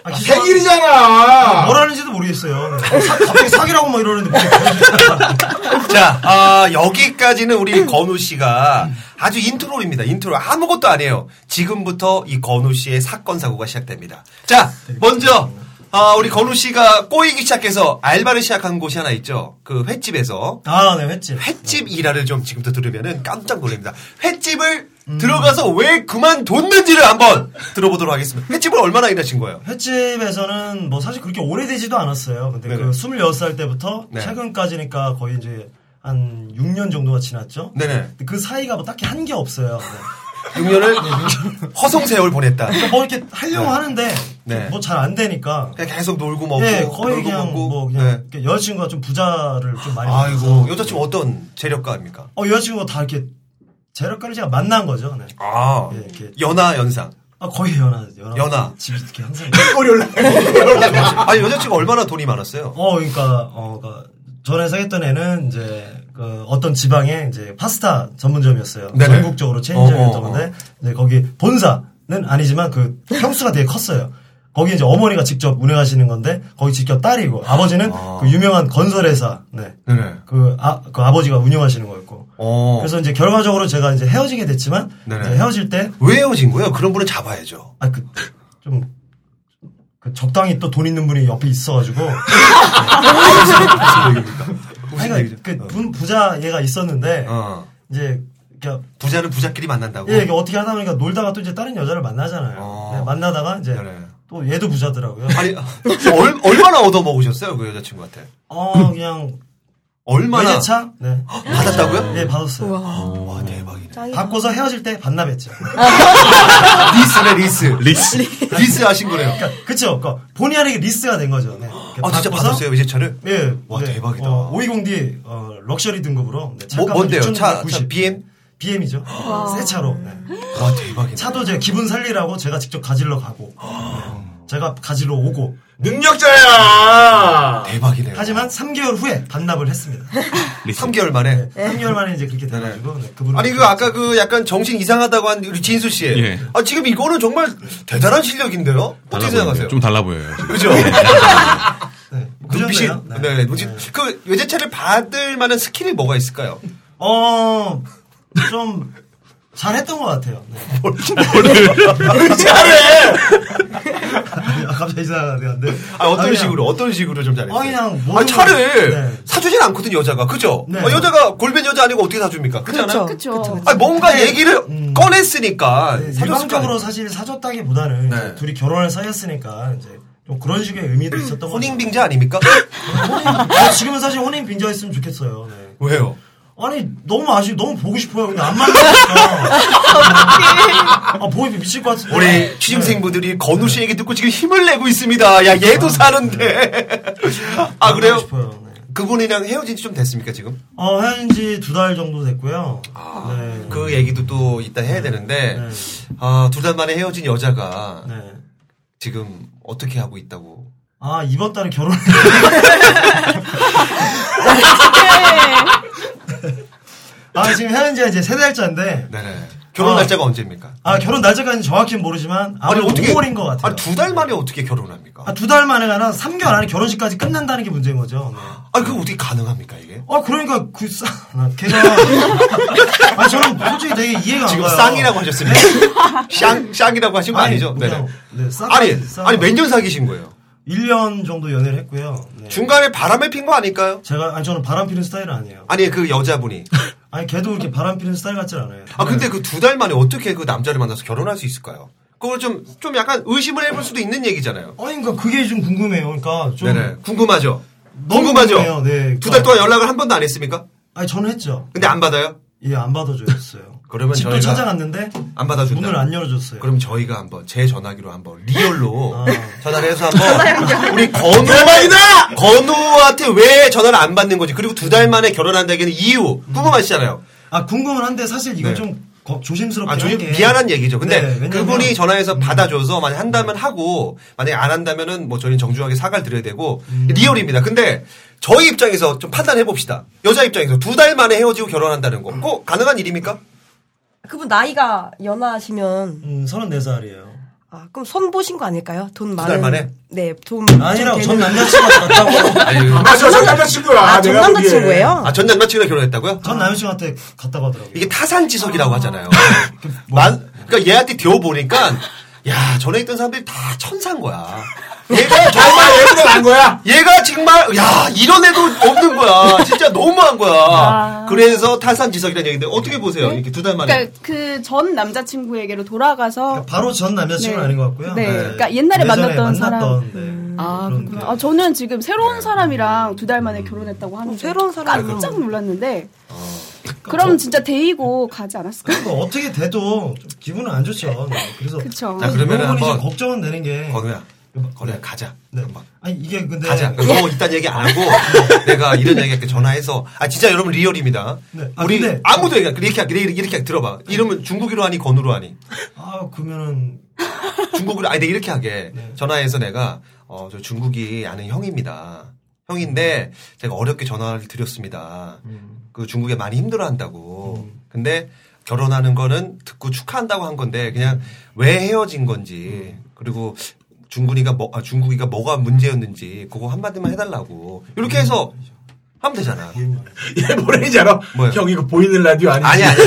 [SPEAKER 11] 아,
[SPEAKER 6] 백일이잖아.
[SPEAKER 11] 뭘 하는지도 모르겠어요. 사- 갑자기 사기라고 막 이러는데 뭐-
[SPEAKER 3] 자, 아, 여기까지는 우리 건우 씨가 아주 인트로입니다. 인트로. 아무것도 아니에요. 지금부터 이 건우 씨의 사건, 사고가 시작됩니다. 자, 먼저, 아, 우리 건우 씨가 꼬이기 시작해서 알바를 시작한 곳이 하나 있죠. 그 횟집에서.
[SPEAKER 11] 아, 네, 횟집.
[SPEAKER 3] 횟집 일화를 좀 지금부터 들으면은 깜짝 놀랍니다. 횟집을 들어가서 왜 그만뒀는지를 한번 들어보도록 하겠습니다. 횟집을 얼마나 일하신 거예요?
[SPEAKER 11] 횟집에서는 뭐 사실 그렇게 오래되지도 않았어요. 근데
[SPEAKER 3] 네네.
[SPEAKER 11] 그 26살 때부터
[SPEAKER 3] 네.
[SPEAKER 11] 최근까지니까 거의 이제 한 6년 정도가 지났죠.
[SPEAKER 3] 네네.
[SPEAKER 11] 근데 그 사이가 뭐 딱히 한 게 없어요. 네.
[SPEAKER 3] 6년을 허송 세월 보냈다.
[SPEAKER 11] 그러니까 뭐 이렇게 하려고 하는데
[SPEAKER 3] 네.
[SPEAKER 11] 뭐 잘 안 되니까
[SPEAKER 3] 그냥 계속 놀고 먹고
[SPEAKER 11] 네, 거의
[SPEAKER 3] 놀고
[SPEAKER 11] 그냥
[SPEAKER 3] 먹고. 네.
[SPEAKER 11] 뭐 그냥 여자친구가 좀 부자를 좀 많이
[SPEAKER 3] 아이고 여자친구 어떤 재력가입니까?
[SPEAKER 11] 어 여자친구가 다 이렇게 재력가를 제가 만난 거죠. 네.
[SPEAKER 3] 아 연하 연상.
[SPEAKER 11] 아 거의 연하 연하.
[SPEAKER 3] 연하.
[SPEAKER 11] 집이 이렇게 항상
[SPEAKER 3] 꼬리 올라. 아니 여자친구 얼마나 돈이 많았어요?
[SPEAKER 11] 어 그러니까 어 그러니까 전에 사귀었던 애는 이제 그 어떤 지방에 이제 파스타 전문점이었어요.
[SPEAKER 3] 네네.
[SPEAKER 11] 전국적으로 체인점이었던
[SPEAKER 3] 어, 어, 어.
[SPEAKER 11] 건데 이제 거기 본사는 아니지만 그 평수가 되게 컸어요. 거기 이제 어머니가 직접 운영하시는 건데 거기 직접 딸이고 아버지는 그 유명한 건설회사 네.
[SPEAKER 3] 네네.
[SPEAKER 11] 그, 아, 그 아버지가 운영하시는 거였고.
[SPEAKER 3] 어.
[SPEAKER 11] 그래서 이제 결과적으로 제가 이제 헤어지게 됐지만
[SPEAKER 3] 네네.
[SPEAKER 11] 이제 헤어질 때
[SPEAKER 3] 왜 헤어진 거예요? 그런 분은 잡아야죠.
[SPEAKER 11] 아, 그, 좀, 그 적당히 또 돈 있는 분이 옆에 있어가지고.
[SPEAKER 3] 무슨
[SPEAKER 11] 아니,
[SPEAKER 3] 얘기죠?
[SPEAKER 11] 그, 분, 부자 얘가 있었는데,
[SPEAKER 3] 어.
[SPEAKER 11] 이제, 그러니까
[SPEAKER 3] 부자는 부자끼리 만난다고.
[SPEAKER 11] 예, 이게 어떻게 하다 보니까 놀다가 또 이제 다른 여자를 만나잖아요. 네, 만나다가 이제 또 얘도 부자더라고요.
[SPEAKER 3] 어. 아니, 얼, 얼마나 얻어 먹으셨어요 그 여자친구한테?
[SPEAKER 11] 어, 그냥
[SPEAKER 3] 얼마나?
[SPEAKER 11] 외제차? 네.
[SPEAKER 3] 받았다고요?
[SPEAKER 11] 네, 받았어요.
[SPEAKER 3] 와 대박이네.
[SPEAKER 11] 받고서 헤어질 때 반납했죠. 그러니까
[SPEAKER 3] 리스네 리스. 리스. 리스 하신 거네요.
[SPEAKER 11] 그러니까, 그쵸. 그러니까 본의 아니게 리스가 된 거죠. 네.
[SPEAKER 3] 아 진짜
[SPEAKER 11] 받고서
[SPEAKER 3] 받았어요 외제차를?
[SPEAKER 11] 예.
[SPEAKER 3] 와
[SPEAKER 11] 네.
[SPEAKER 3] 대박이다.
[SPEAKER 11] 어, 520D 어, 럭셔리 등급으로 네,
[SPEAKER 3] 뭐,
[SPEAKER 11] 잠깐
[SPEAKER 3] 뭔데요? 차,
[SPEAKER 11] 6,990.
[SPEAKER 3] 차 BM?
[SPEAKER 11] BM이죠.
[SPEAKER 3] 와.
[SPEAKER 11] 새 차로. 네.
[SPEAKER 3] 와 대박이네.
[SPEAKER 11] 차도 제가 기분 살리라고 제가 직접 가질러 가고
[SPEAKER 3] 아.
[SPEAKER 11] 네. 제가 가질러 오고
[SPEAKER 6] 능력자야.
[SPEAKER 3] 대박이네요.
[SPEAKER 11] 하지만 3개월 후에 반납을 했습니다.
[SPEAKER 3] 네. 3개월
[SPEAKER 11] 네.
[SPEAKER 3] 만에.
[SPEAKER 11] 3개월 만에 이제 그렇게 돼가지고 네, 그분
[SPEAKER 3] 아니 그 아까 그 약간 정신 이상하다고 한 우리 진수 씨.
[SPEAKER 13] 예.
[SPEAKER 3] 아 지금 이거는 정말 대단한 실력인데요.
[SPEAKER 13] 달라
[SPEAKER 3] 어떻게 생각하세요?
[SPEAKER 13] 보이네요. 좀 달라 보여요.
[SPEAKER 3] 그죠?
[SPEAKER 11] 그
[SPEAKER 3] 눈빛이 네, 눈빛. 그 외제차를 받을 만한 스킬이 뭐가 있을까요?
[SPEAKER 11] 어, 어좀 잘했던 것 같아요. 네.
[SPEAKER 3] 잘해.
[SPEAKER 11] 아, 갑자기 이상하네. 근데.
[SPEAKER 3] 아 어떤
[SPEAKER 11] 아, 그냥-
[SPEAKER 3] 식으로 어떤 식으로 좀 잘했어요?
[SPEAKER 11] 아, 그냥 모든
[SPEAKER 3] 아니, 차를
[SPEAKER 11] 걸- 네.
[SPEAKER 3] 사주진 않거든 여자가 그죠?
[SPEAKER 11] 네. 그렇죠.
[SPEAKER 3] 아, 여자가 골반 여자 아니고 어떻게 사줍니까? 그렇지 않아요?
[SPEAKER 10] 그쵸.
[SPEAKER 3] 아 뭔가 얘기를 꺼냈으니까
[SPEAKER 11] 음.
[SPEAKER 3] 사줬을 거
[SPEAKER 11] 네, 일방적으로
[SPEAKER 3] 아니에요. 네.
[SPEAKER 11] 사실 사줬다기보다는 이제 둘이 결혼을 사귀었으니까 이제 좀 그런 식의 의미도 있었던 거
[SPEAKER 3] 혼인빙자 아닙니까?
[SPEAKER 11] 지금은 사실 혼인 빙자했으면 좋겠어요. 네.
[SPEAKER 3] 왜요?
[SPEAKER 11] 아니 너무 아쉽, 너무 보고 싶어요. 근데 안 만나니까. 아 보이 미칠 것 같은데. 네.
[SPEAKER 3] 우리 취준생분들이 건우 씨 얘기 듣고 지금 힘을 내고 있습니다. 야
[SPEAKER 11] 아.
[SPEAKER 3] 얘도
[SPEAKER 11] 네.
[SPEAKER 3] 사는데. 아 그래요? 그분이랑 헤어진 지 좀 됐습니까 지금?
[SPEAKER 11] 어 헤어진지 두 달 정도 됐고요. 네.
[SPEAKER 3] 그 얘기도 또 이따 해야 되는데 아, 두 달 만에 헤어진 여자가 지금 어떻게 하고 있다고?
[SPEAKER 11] 네. 아 이번 달에 결혼. 아 지금 헤어진지가 이제 세 달째인데.
[SPEAKER 3] 네네. 결혼
[SPEAKER 11] 아.
[SPEAKER 3] 날짜가 언제입니까?
[SPEAKER 11] 아 결혼 날짜까지는 정확히는 모르지만 아마
[SPEAKER 3] 아니, 어떻게-
[SPEAKER 11] 5월인 것 같아요. 네.
[SPEAKER 3] 두 달 만에 어떻게 결혼합니까?
[SPEAKER 11] 아, 두 달 만에 가나 3개월 안에 결혼식까지 끝난다는 게 문제인 거죠. 네.
[SPEAKER 3] 아 그거 어떻게 가능합니까 이게?
[SPEAKER 11] 아 그러니까 그 싸. 나 걔가. 아 저는 솔직히 되게 이해가 안 가요.
[SPEAKER 3] 지금 쌍이라고 하셨습니다. 쌍 쌍이라고 하신 거
[SPEAKER 11] 아, 네. 아니,
[SPEAKER 3] 아니죠? 네네.
[SPEAKER 11] 그냥, 네, 쌍-
[SPEAKER 3] 아니
[SPEAKER 11] 쌍-
[SPEAKER 3] 아니 몇 년 사귀신 거예요?
[SPEAKER 11] 1년 정도 연애를 했고요. 네.
[SPEAKER 3] 중간에 바람에 핀 거 아닐까요?
[SPEAKER 11] 제가 아니 저는 바람 피는 스타일은 아니에요.
[SPEAKER 3] 아니 그 여자분이
[SPEAKER 11] 아니 걔도 그렇게 바람 피는 스타일 같진 않아요.
[SPEAKER 3] 아 근데 그 두 달 만에 어떻게 그 남자를 만나서 결혼할 수 있을까요? 그걸 좀 좀 약간 의심을 해볼 수도 있는 얘기잖아요.
[SPEAKER 11] 아니 그러니까 그게 좀 궁금해요. 그러니까 좀
[SPEAKER 3] 네네 궁금하죠.
[SPEAKER 11] 너무
[SPEAKER 3] 궁금하죠.
[SPEAKER 11] 궁금해요. 네.
[SPEAKER 3] 두 달 동안 연락을 한 번도 안 했습니까?
[SPEAKER 11] 아니 저는 했죠.
[SPEAKER 3] 근데 안 받아요?
[SPEAKER 11] 예 안 받아줬어요.
[SPEAKER 3] 그러면
[SPEAKER 11] 집도
[SPEAKER 3] 저희가
[SPEAKER 11] 찾아갔는데
[SPEAKER 3] 안 받아준다.
[SPEAKER 11] 문을 안 열어줬어요.
[SPEAKER 3] 네. 그럼 저희가 한번 제 전화기로 한번 리얼로
[SPEAKER 11] 아.
[SPEAKER 3] 전화를 해서 한번 우리 건우 건우한테 왜 전화를 안 받는 건지 그리고 두 달 만에 결혼한다기는 이유
[SPEAKER 11] 음.
[SPEAKER 3] 궁금하시잖아요.
[SPEAKER 11] 아 궁금은 한데 사실 이건
[SPEAKER 3] 네.
[SPEAKER 11] 좀 거- 조심스럽게
[SPEAKER 3] 아, 좀
[SPEAKER 11] 한 게-
[SPEAKER 3] 미안한 얘기죠. 근데
[SPEAKER 11] 네, 왜냐면-
[SPEAKER 3] 그분이 전화해서 받아줘서 만약 한다면 하고 만약에 안 한다면은 뭐 저희는 정중하게 사과를 드려야 되고
[SPEAKER 11] 음.
[SPEAKER 3] 리얼입니다. 근데 저희 입장에서 좀 판단해 봅시다. 여자 입장에서 두 달 만에 헤어지고 결혼한다는 거, 꼭 가능한 일입니까?
[SPEAKER 14] 그분 나이가 연하시면
[SPEAKER 11] 음, 34살이에요.
[SPEAKER 14] 아, 그럼 손 보신 거 아닐까요? 돈 많은.
[SPEAKER 11] 달 만에?
[SPEAKER 14] 네, 돈.
[SPEAKER 11] 아니라고
[SPEAKER 14] 좀
[SPEAKER 11] 전
[SPEAKER 14] 되는-
[SPEAKER 11] 남자친구가 갔다고.
[SPEAKER 3] 아,
[SPEAKER 14] 전 남자친구야. 아, 전 내가 보기에. 남자친구예요?
[SPEAKER 3] 아, 전 남자친구랑 결혼했다고요?
[SPEAKER 11] 전 남자친구한테 갔다고 하더라고요.
[SPEAKER 3] 이게 타산지석이라고 하잖아요. 만, 그러니까 얘한테 데워 보니까 야 전에 있던 사람들이 다 천사인 거야. 얘가 정말 얘보다 난 거야. 얘가 정말 야 이런 애도 없는 거야. 진짜 너무한 거야. 아. 그래서 타산지석이라는 얘기인데 어떻게 보세요? 이렇게 두 달 만에.
[SPEAKER 10] 그러니까 그 전 남자친구에게로 돌아가서
[SPEAKER 11] 그러니까 바로 전 남자친구는
[SPEAKER 10] 어? 네.
[SPEAKER 11] 아닌 것 같고요.
[SPEAKER 10] 네. 그러니까 옛날에
[SPEAKER 11] 예전에
[SPEAKER 10] 만났던 사람.
[SPEAKER 11] 네.
[SPEAKER 10] 아, 그렇구나. 아, 저는
[SPEAKER 16] 어,
[SPEAKER 10] 아. 지금 새로운 사람이랑 두 달 만에 결혼했다고 하는데 새로운 사람 깜짝 놀랐는데 그럼 진짜 데이고 가지 않았을까?
[SPEAKER 11] 뭐 어떻게 돼도 좀 기분은 안 좋죠. 네, 그래서
[SPEAKER 10] 아, 그쵸.
[SPEAKER 3] 자, 그러면은
[SPEAKER 11] 이 부분이 좀
[SPEAKER 3] 한번-
[SPEAKER 11] 걱정은 되는 게
[SPEAKER 3] 건우야. 건우야 가자.
[SPEAKER 11] 네. 아니 이게 근데
[SPEAKER 3] 가자. 너 이딴 얘기 안 하고 내가 이런 얘기할게 전화해서 아 진짜 여러분 리얼입니다.
[SPEAKER 11] 네. 아,
[SPEAKER 3] 우리
[SPEAKER 11] 근데-
[SPEAKER 3] 아무도 얘기 안- 이렇게 할- 이렇게 이렇게 들어봐. 이러면 중국이로 하니 건우로 하니
[SPEAKER 11] 아 그러면은
[SPEAKER 3] 중국으로 아니 내가 이렇게 하게 전화해서 내가 어 저 중국이 아는 형입니다. 형인데 제가 어렵게 전화를 드렸습니다. 그 중국에 많이 힘들어한다고. 근데 결혼하는 거는 듣고 축하한다고 한 건데 그냥 왜 헤어진 건지 그리고 중국이가 뭐 아, 중국이가 뭐가 문제였는지 그거 한마디만 해달라고 이렇게 해서 하면 되잖아.
[SPEAKER 6] 얘 뭐라는지 알아? 형 이거 그 보이는 라디오 아니지?
[SPEAKER 3] 아니 아니.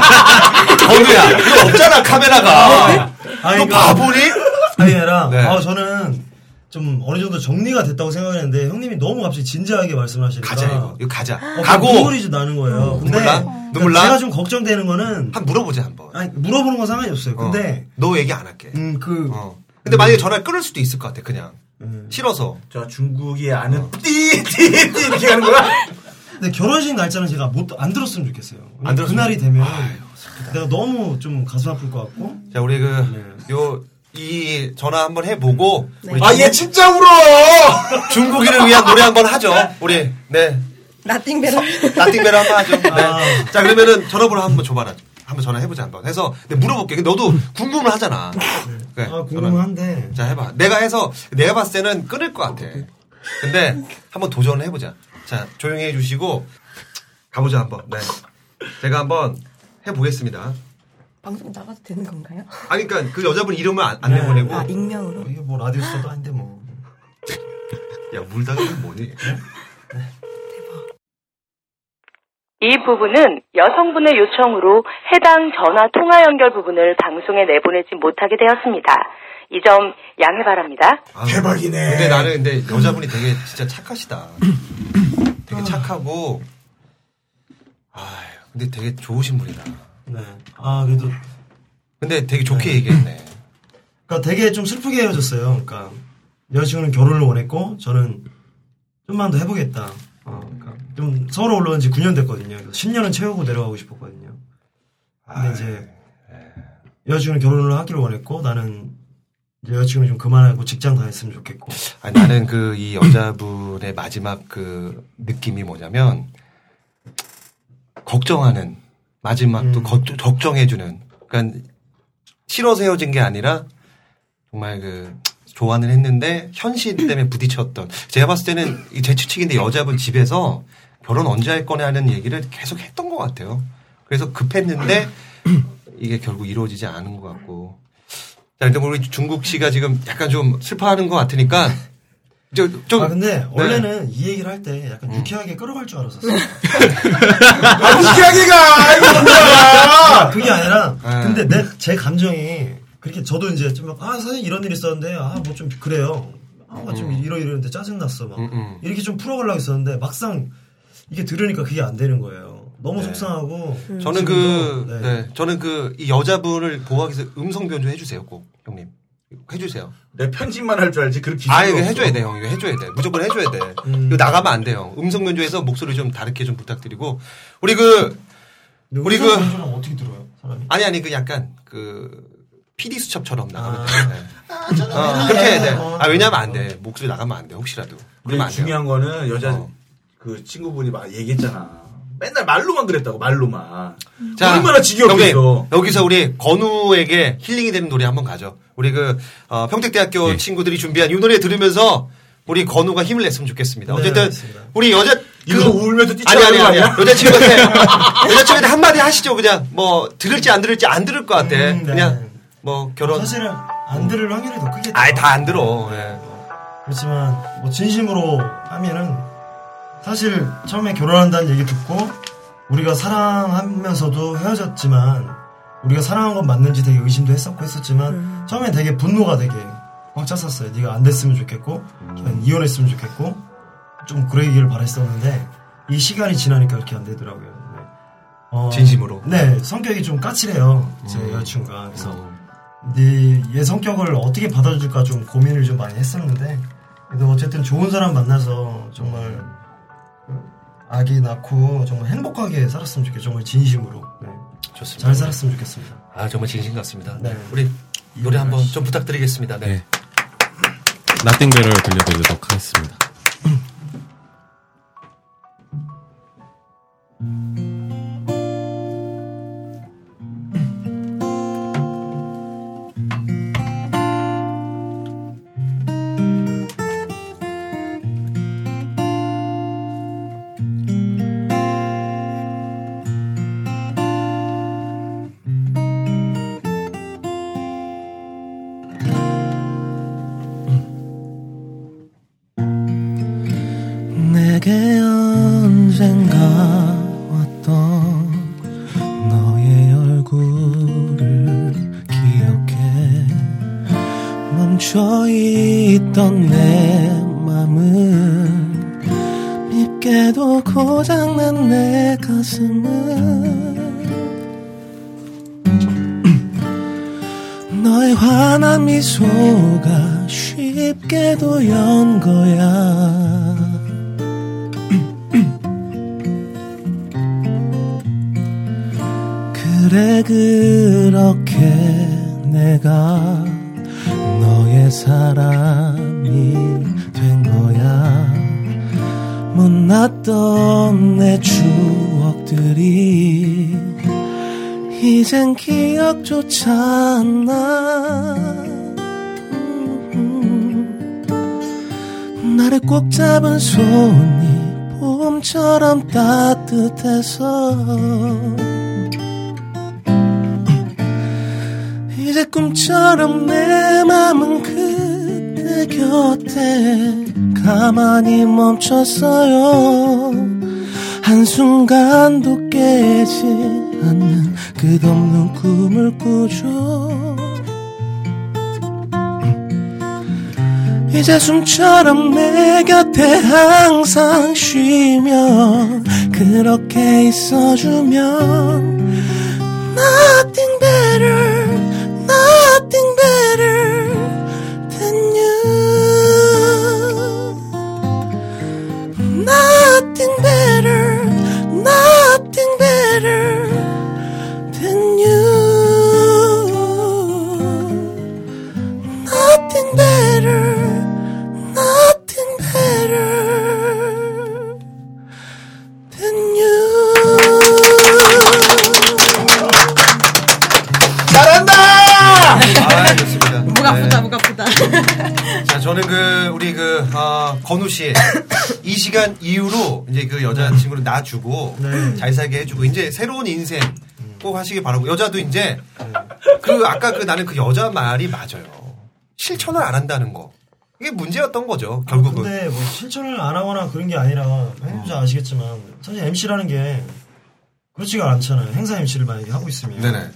[SPEAKER 3] 건우야 이거 없잖아 카메라가.
[SPEAKER 11] 아니,
[SPEAKER 3] 너 바보니? 네.
[SPEAKER 11] 아니 얘라. 아 저는 좀 어느 정도 정리가 됐다고 생각했는데 형님이 너무 갑자기 진지하게 말씀하시니까
[SPEAKER 3] 가자 이거 이거 가자.
[SPEAKER 11] 어,
[SPEAKER 3] 가고 음,
[SPEAKER 11] 눈물이 좀 나는 거예요. 근데
[SPEAKER 3] 눈물 나?
[SPEAKER 11] 그러니까
[SPEAKER 3] 눈물 나?
[SPEAKER 11] 제가 좀 걱정되는 거는
[SPEAKER 3] 한 물어보자 한번.
[SPEAKER 11] 아니 물어보는 건 상관이 없어요. 근데
[SPEAKER 3] 너 얘기 안 할게.
[SPEAKER 11] 음그
[SPEAKER 3] 어.
[SPEAKER 11] 음.
[SPEAKER 3] 근데 만약에 전화를 끊을 수도 있을 것 같아 그냥. 싫어서.
[SPEAKER 6] 저 중국이 아는 띠띠띠 이렇게 가는 거야?
[SPEAKER 11] 근데 결혼식 날짜는 제가 못 안 들었으면 좋겠어요.
[SPEAKER 3] 안 들었으면
[SPEAKER 11] 그날이 되면 내가 너무 좀 가슴 아플 것 같고
[SPEAKER 3] 자 우리
[SPEAKER 11] 네.
[SPEAKER 3] 그 요 이 전화 한번 해보고.
[SPEAKER 6] 아, 얘
[SPEAKER 3] 진짜 울어. 중국인을 위한 노래 한번 하죠. 우리 네
[SPEAKER 14] 나띵베라.
[SPEAKER 3] 나띵벨 한번 하죠.
[SPEAKER 11] 아.
[SPEAKER 3] 네. 자 그러면은 전화번호 한번 줘봐라. 한번 전화해보자 한번. 해서 근데 물어볼게. 근데 너도 궁금을 하잖아.
[SPEAKER 11] 네.
[SPEAKER 3] 네, 그래,
[SPEAKER 11] 궁금한데
[SPEAKER 3] 자 해봐. 내가 해서 내가 봤을 때는 끊을 것 같아. 근데 한번 도전을 해보자. 자 조용히 해주시고 가보자 한번. 네. 제가 한번 해보겠습니다.
[SPEAKER 14] 방송 나가도 되는 건가요?
[SPEAKER 3] 아니 그러니까 그 여자분 이름을 안, 안 내보내고
[SPEAKER 14] 아, 익명으로?
[SPEAKER 11] 이게 뭐 라디오 스타도 아닌데 뭐.
[SPEAKER 3] 야 물다가 뭐니?
[SPEAKER 17] 이 부분은 여성분의 요청으로 해당 전화 통화 연결 부분을 방송에 내보내지 못하게 되었습니다. 이 점 양해 바랍니다.
[SPEAKER 3] 대박이네. 아, 근데 나는 근데 여자분이 되게 진짜 착하시다. 되게 착하고 아 근데 되게 좋으신 분이다.
[SPEAKER 11] 네. 아 그래도
[SPEAKER 3] 근데 되게 좋게 얘기했네.
[SPEAKER 11] 그러니까 되게 좀 슬프게 헤어졌어요. 그러니까 여자친구는 결혼을 원했고 저는 좀만 더 해보겠다. 어, 그러니까 좀 서로 올라온 지 9년 됐거든요. 그래서 10년은 채우고 내려가고 싶었거든요. 근데 이제 여자친구는 결혼을 하기를 원했고 나는 이제 여자친구는 좀 그만하고 직장 다녔으면 좋겠고.
[SPEAKER 3] 아니, 나는 그 이 여자분의 마지막 그 느낌이 뭐냐면 걱정하는 마지막
[SPEAKER 11] 음.
[SPEAKER 3] 또 걱- 걱정해주는 그러니까 싫어서 헤어진 게 아니라 정말 그 좋아는 했는데 현실 때문에 부딪혔던 제가 봤을 때는 이제 추측인데 여자분 집에서 결혼 언제 할 거냐 하는 얘기를 계속 했던 것 같아요. 그래서 급했는데 이게 결국 이루어지지 않은 것 같고 자 일단 우리 중국 씨가 지금 약간 좀 슬퍼하는 것 같으니까 좀, 좀
[SPEAKER 11] 아 근데
[SPEAKER 3] 네. 음.
[SPEAKER 11] 원래는 이 얘기를 할 때 약간 유쾌하게 끌어갈 줄 알았었어요.
[SPEAKER 6] 아, 유쾌하게가! 이거 뭐야!
[SPEAKER 11] 그게 아니라
[SPEAKER 3] 네.
[SPEAKER 11] 근데 내 제 감정이 그렇게 저도 이제 좀 막 아 사실 이런 일이 있었는데 아 뭐 좀 그래요. 아 좀
[SPEAKER 3] 음.
[SPEAKER 11] 이러 이러는데 짜증 났어 막 이렇게 좀 풀어가려고 했었는데 막상 이게 들으니까 그게 안 되는 거예요. 너무 속상하고
[SPEAKER 3] 네. 저는 그,
[SPEAKER 11] 지금도,
[SPEAKER 3] 네.
[SPEAKER 11] 네.
[SPEAKER 3] 저는 그, 이 여자분을 보호하기 위해서 음성 변조 해주세요, 꼭, 형님. 해주세요. 내 편집만 할 줄 알지, 그렇게. 아, 이거
[SPEAKER 6] 없어.
[SPEAKER 3] 해줘야 돼, 형. 이거 해줘야 돼. 무조건 해줘야 돼. 이거 나가면 안 돼요. 음성 변조해서 목소리 좀 다르게 좀 부탁드리고. 우리 그, 우리 그,
[SPEAKER 11] 음성변조는 어떻게 들어요? 사람이?
[SPEAKER 3] 아니, 아니, 그 약간, 그, PD 수첩처럼 나가면 돼. 네.
[SPEAKER 11] 저는
[SPEAKER 3] 어,
[SPEAKER 11] 그냥
[SPEAKER 3] 그렇게 해야 돼.
[SPEAKER 11] 어.
[SPEAKER 3] 아, 왜냐면 안 돼. 목소리 나가면 안 돼, 혹시라도. 그러면
[SPEAKER 6] 근데
[SPEAKER 3] 안 돼요. 어.
[SPEAKER 6] 네, 중요한 거는 여자 그 친구분이 막 얘기했잖아. 맨날 말로만 그랬다고 말로만. 얼마나 지겨웠겠어.
[SPEAKER 3] 형님, 여기서 우리 건우에게 힐링이 되는 노래 한번 가죠. 우리 그 어,
[SPEAKER 6] 예.
[SPEAKER 3] 평택대학교 친구들이 준비한 이 노래 들으면서 우리 건우가 힘을 냈으면 좋겠습니다. 어쨌든 우리 여자
[SPEAKER 6] 네,
[SPEAKER 3] 그
[SPEAKER 6] 이거
[SPEAKER 3] 아니
[SPEAKER 6] 울면서
[SPEAKER 3] 아니
[SPEAKER 6] 뛰쳐나가는
[SPEAKER 3] 아니
[SPEAKER 6] 거 아니야?
[SPEAKER 3] 여자 친구한테 여자 친구한테 한마디 하시죠 그냥 뭐 들을지 안 들을지 안 들을 것 같아
[SPEAKER 6] 음, 네.
[SPEAKER 3] 그냥 뭐 결혼
[SPEAKER 11] 사실은 안 들을 확률이 더 크겠죠.
[SPEAKER 3] 아예 다 안 들어
[SPEAKER 6] 네.
[SPEAKER 3] 예.
[SPEAKER 11] 그렇지만 뭐 진심으로 하면은 사실 처음에 결혼한다는 얘기 듣고 우리가 사랑하면서도 헤어졌지만 우리가 사랑한 건 맞는지 되게 의심도 했었고 했었지만 처음에 되게 분노가 되게 꽉 찼었어요. 네가 안 됐으면 좋겠고 그냥 이혼했으면 좋겠고 좀 그러기를 바랬었는데 이 시간이 지나니까 그렇게 안 되더라고요. 네. 어,
[SPEAKER 3] 진심으로? 음.
[SPEAKER 11] 네 성격이 좀 까칠해요. 제 여자친구가 그래서 네, 얘 성격을 어떻게 받아줄까 좀 고민을 좀
[SPEAKER 3] 음.
[SPEAKER 11] 많이 했었는데, 그래도 어쨌든 좋은 사람 만나서 정말, 아, 아기 낳고 정말 행복하게 살았으면 좋겠어요. 정말 진심으로.
[SPEAKER 3] 네, 좋습니다.
[SPEAKER 11] 잘 살았으면 좋겠습니다.
[SPEAKER 3] 아 정말 진심 같습니다. 예. 우리 노래 한번 좀 부탁드리겠습니다. 네.
[SPEAKER 18] 나띵베럴 들려드리도록 하겠습니다.
[SPEAKER 6] 내게 언젠가 왔던 너의 얼굴을 기억해 멈춰있던 내 맘을 밉게도 고장난 내 가슴을 너의 환한 미소가 쉽게도 연 거야 그래 그렇게 내가 너의 사람이 된 거야 못났던 내 추억들이 이젠 기억조차 안나 나를 꼭 잡은 손이 봄처럼 따뜻해서 이제 꿈처럼 내 맘은 그대 곁에 가만히 멈췄어요 한순간도 깨지 않는 끝없는 꿈을 꾸죠 이제 숨처럼 내 곁에 항상 쉬면 그렇게 있어주면 Nothing better nothing better than you. Nothing better, nothing better than you. Nothing better, nothing better than you. 네.
[SPEAKER 3] 아 좋습니다.
[SPEAKER 10] 네.
[SPEAKER 16] 목 아프다, 목 아프다.
[SPEAKER 3] 자, 저는 그 우리 그 아, 건우 씨 이 시간 이후로 이제 그 여자 친구를 놔주고 잘 살게 해주고 이제 새로운 인생 꼭 하시길 바라고 여자도 이제 그 아까 그 나는 그 여자 말이 맞아요. 실천을 안 한다는 거 이게 문제였던 거죠 결국은.
[SPEAKER 11] 근데 뭐 실천을 안 하거나 그런 게 아니라 행사 아시겠지만 사실 MC라는 게 그렇지가 않잖아요. 행사 MC를 만약에 하고 있으면
[SPEAKER 3] 네네.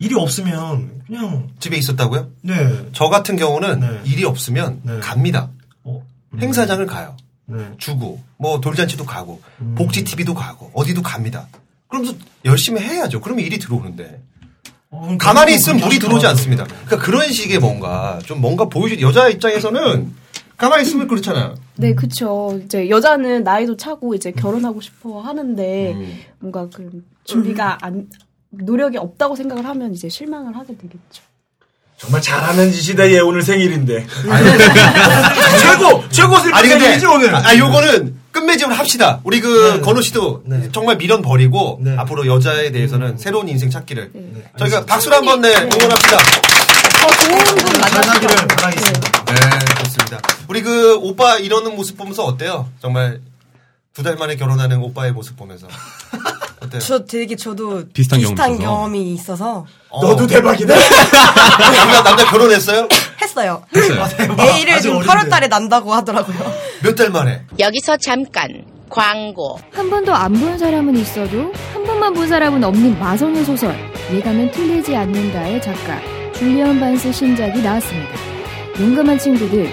[SPEAKER 11] 일이 없으면 그냥
[SPEAKER 3] 집에 있었다고요?
[SPEAKER 11] 네.
[SPEAKER 3] 저 같은 경우는 일이 없으면 갑니다.
[SPEAKER 11] 어,
[SPEAKER 3] 행사장을 가요.
[SPEAKER 11] 네.
[SPEAKER 3] 주고 뭐 돌잔치도 가고 복지 TV도 가고 어디도 갑니다. 그러면서 열심히 해야죠. 그러면 일이 들어오는데 가만히 있으면 물이 들어오지 않습니다. 그러니까 그런 식의 뭔가 좀 뭔가 보여주 여자 입장에서는 가만히 있으면 그렇잖아요.
[SPEAKER 19] 네, 그쵸. 이제 여자는 나이도 차고
[SPEAKER 10] 음.
[SPEAKER 19] 이제 결혼하고 싶어 하는데 뭔가 그 준비가 안 노력이 없다고 생각을 하면 이제 실망을 하게 되겠죠.
[SPEAKER 20] 정말 잘하는 짓이다 얘 오늘 생일인데.
[SPEAKER 3] 최고 최고
[SPEAKER 20] 슬픈
[SPEAKER 3] 아니 근데
[SPEAKER 20] 생일이지, 오늘. 네.
[SPEAKER 3] 아 요거는 끝맺음을 합시다. 우리 그 건우 씨도 정말 미련 버리고 앞으로 여자에 대해서는
[SPEAKER 20] 음.
[SPEAKER 3] 새로운 인생 찾기를
[SPEAKER 20] 네.
[SPEAKER 3] 저희가 박수를 한번 내 응원합시다.
[SPEAKER 16] 어, 좋은 분 만나기를
[SPEAKER 11] 바라겠습니다.
[SPEAKER 3] 네 좋습니다. 우리 그 오빠 이러는 모습 보면서 어때요? 정말 두 달 만에 결혼하는 오빠의 모습 보면서 어때요?
[SPEAKER 16] 저 되게 저도
[SPEAKER 3] 비슷한
[SPEAKER 16] 비슷한,
[SPEAKER 3] 경험이 있어서.
[SPEAKER 16] 경험이 있어서
[SPEAKER 3] 너도 대박이다. 남자 남자 결혼했어요?
[SPEAKER 16] 했어요.
[SPEAKER 3] 했어요.
[SPEAKER 16] A를 지금 8월달에 난다고 하더라고요.
[SPEAKER 3] 몇 달 만에?
[SPEAKER 4] 여기서 잠깐 광고.
[SPEAKER 7] 한 번도 안 본 사람은 있어도 한 번만 본 사람은 없는 마성의 소설 예감은 틀리지 않는다의 작가 줄리언 반스 신작이 나왔습니다. 용감한 친구들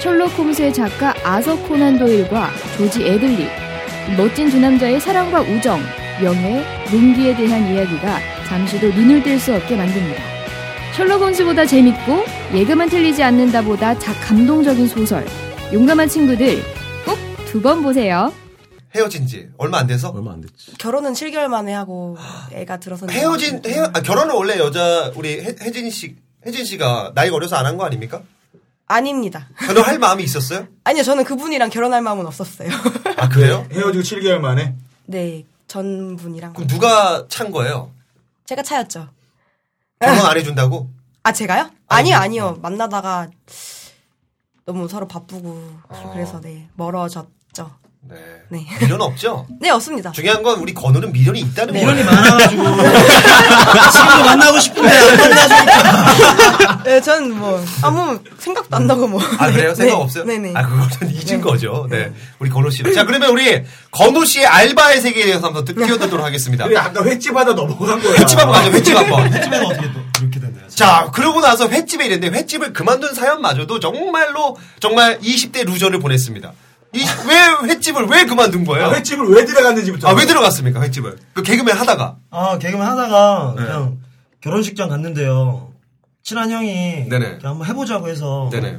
[SPEAKER 7] 셜록 홈스의 작가 아서 코난 도일과 조지 애들리 멋진 두 남자의 사랑과 우정, 명예, 용기에 대한 이야기가 잠시도 눈을 뗄 수 없게 만듭니다. 셜록 홈스보다 재밌고 예감은 틀리지 않는다보다 작 감동적인 소설 용감한 친구들 꼭 두 번 보세요.
[SPEAKER 3] 헤어진 지 얼마 안 돼서?
[SPEAKER 13] 얼마 안 됐지.
[SPEAKER 14] 결혼은 7개월 만에 하고 애가 들어서
[SPEAKER 3] 헤어진 헤 아, 결혼은 원래 여자 우리 혜, 혜진이 씨 혜진 씨가 나이 가 어려서 안 한 거 아닙니까?
[SPEAKER 14] 아닙니다.
[SPEAKER 3] 결혼할 마음이 있었어요?
[SPEAKER 14] 아니요, 저는 그분이랑 결혼할 마음은 없었어요.
[SPEAKER 3] 아 그래요?
[SPEAKER 6] 헤어지고 7개월 만에
[SPEAKER 14] 네, 전 분이랑
[SPEAKER 3] 그럼 누가 찬 거예요?
[SPEAKER 14] 제가 차였죠.
[SPEAKER 3] 결혼 안 해준다고?
[SPEAKER 14] 아 제가요? 아니요, 아니요. 만나다가 너무 서로 바쁘고 그래서 네 멀어졌죠.
[SPEAKER 3] 네.
[SPEAKER 14] 네.
[SPEAKER 3] 미련 없죠?
[SPEAKER 14] 네, 없습니다.
[SPEAKER 3] 중요한 건 우리 건우는 미련이 있다는
[SPEAKER 14] 네.
[SPEAKER 3] 거예요.
[SPEAKER 14] 미련이
[SPEAKER 3] 많아가지고
[SPEAKER 14] 지금도
[SPEAKER 11] 만나고 싶은데 안
[SPEAKER 14] 만나주니까. 네, 전뭐 아무 생각도 안 나고 뭐.
[SPEAKER 3] 아 그래요?
[SPEAKER 14] 네,
[SPEAKER 3] 생각 없어요?
[SPEAKER 14] 네네.
[SPEAKER 3] 아 그거는 잊은 거죠. 네. 우리 건우 씨. 자 그러면 우리 건우 씨의 알바의 세계에 대해서 한번 뛰어들도록 하겠습니다. 아,
[SPEAKER 6] 우리 아까 횟집 하다 넘어간 거예요.
[SPEAKER 3] 횟집 한번 가죠. 횟집 한번. 횟집에는 어떻게 또 이렇게 됐나요? 자 그러고 나서 횟집에 이랬는데 횟집을 그만둔 사연마저도 정말로 정말 20대 루저를 보냈습니다. 이, 왜 횟집을 왜 그만둔 거예요?
[SPEAKER 6] 아, 횟집을 왜 들어갔는지부터.
[SPEAKER 3] 아왜 들어갔습니까? 횟집을 그 개그맨 하다가
[SPEAKER 11] 아, 개그맨 하다가
[SPEAKER 3] 네.
[SPEAKER 11] 그냥 결혼식장 갔는데요. 친한 형이
[SPEAKER 3] 네네.
[SPEAKER 11] 그냥 한번 해보자고 해서
[SPEAKER 3] 네네.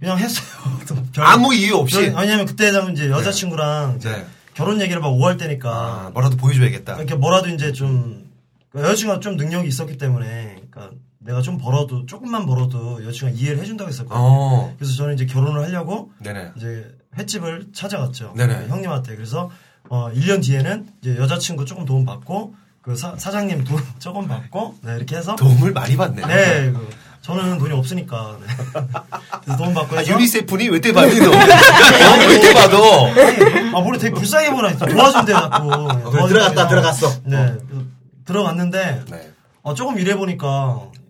[SPEAKER 11] 그냥 했어요. 또
[SPEAKER 3] 아무 이유 네. 없이?
[SPEAKER 11] 결- 왜냐면 그때 당시 이제 여자친구랑 이제 결혼 얘기를 막 오할 때니까
[SPEAKER 3] 아, 뭐라도 보여줘야겠다.
[SPEAKER 11] 이렇게 뭐라도 이제 좀 그러니까 여자친구가 좀 능력이 있었기 때문에 그러니까 내가 좀 벌어도 조금만 벌어도 여자친구가 이해를 해준다고 했었거든요.
[SPEAKER 3] 어.
[SPEAKER 11] 그래서 저는 이제 결혼을 하려고
[SPEAKER 3] 네네.
[SPEAKER 11] 이제 횟집을 찾아갔죠.
[SPEAKER 3] 네네.
[SPEAKER 11] 그 형님한테. 그래서 어 1년 뒤에는 이제 여자친구 조금 도움 받고 그 사, 장님돈 조금 받고 네, 이렇게 해서
[SPEAKER 3] 도움을 많이 받네. 아,
[SPEAKER 11] 네. 그 저는 돈이 없으니까 네. 그래서 도움 받고
[SPEAKER 3] 아,
[SPEAKER 11] 해서
[SPEAKER 3] 유니세프니 왜 때봐니 너? 왜때 봐도?
[SPEAKER 11] 아, 모래 되게 불쌍해 보라. 도와준대, 자꾸. 도와준대.
[SPEAKER 6] 들어갔다, 들어갔어.
[SPEAKER 11] 네. 들어갔는데,
[SPEAKER 3] 네.
[SPEAKER 11] 어, 조금 일해보니까,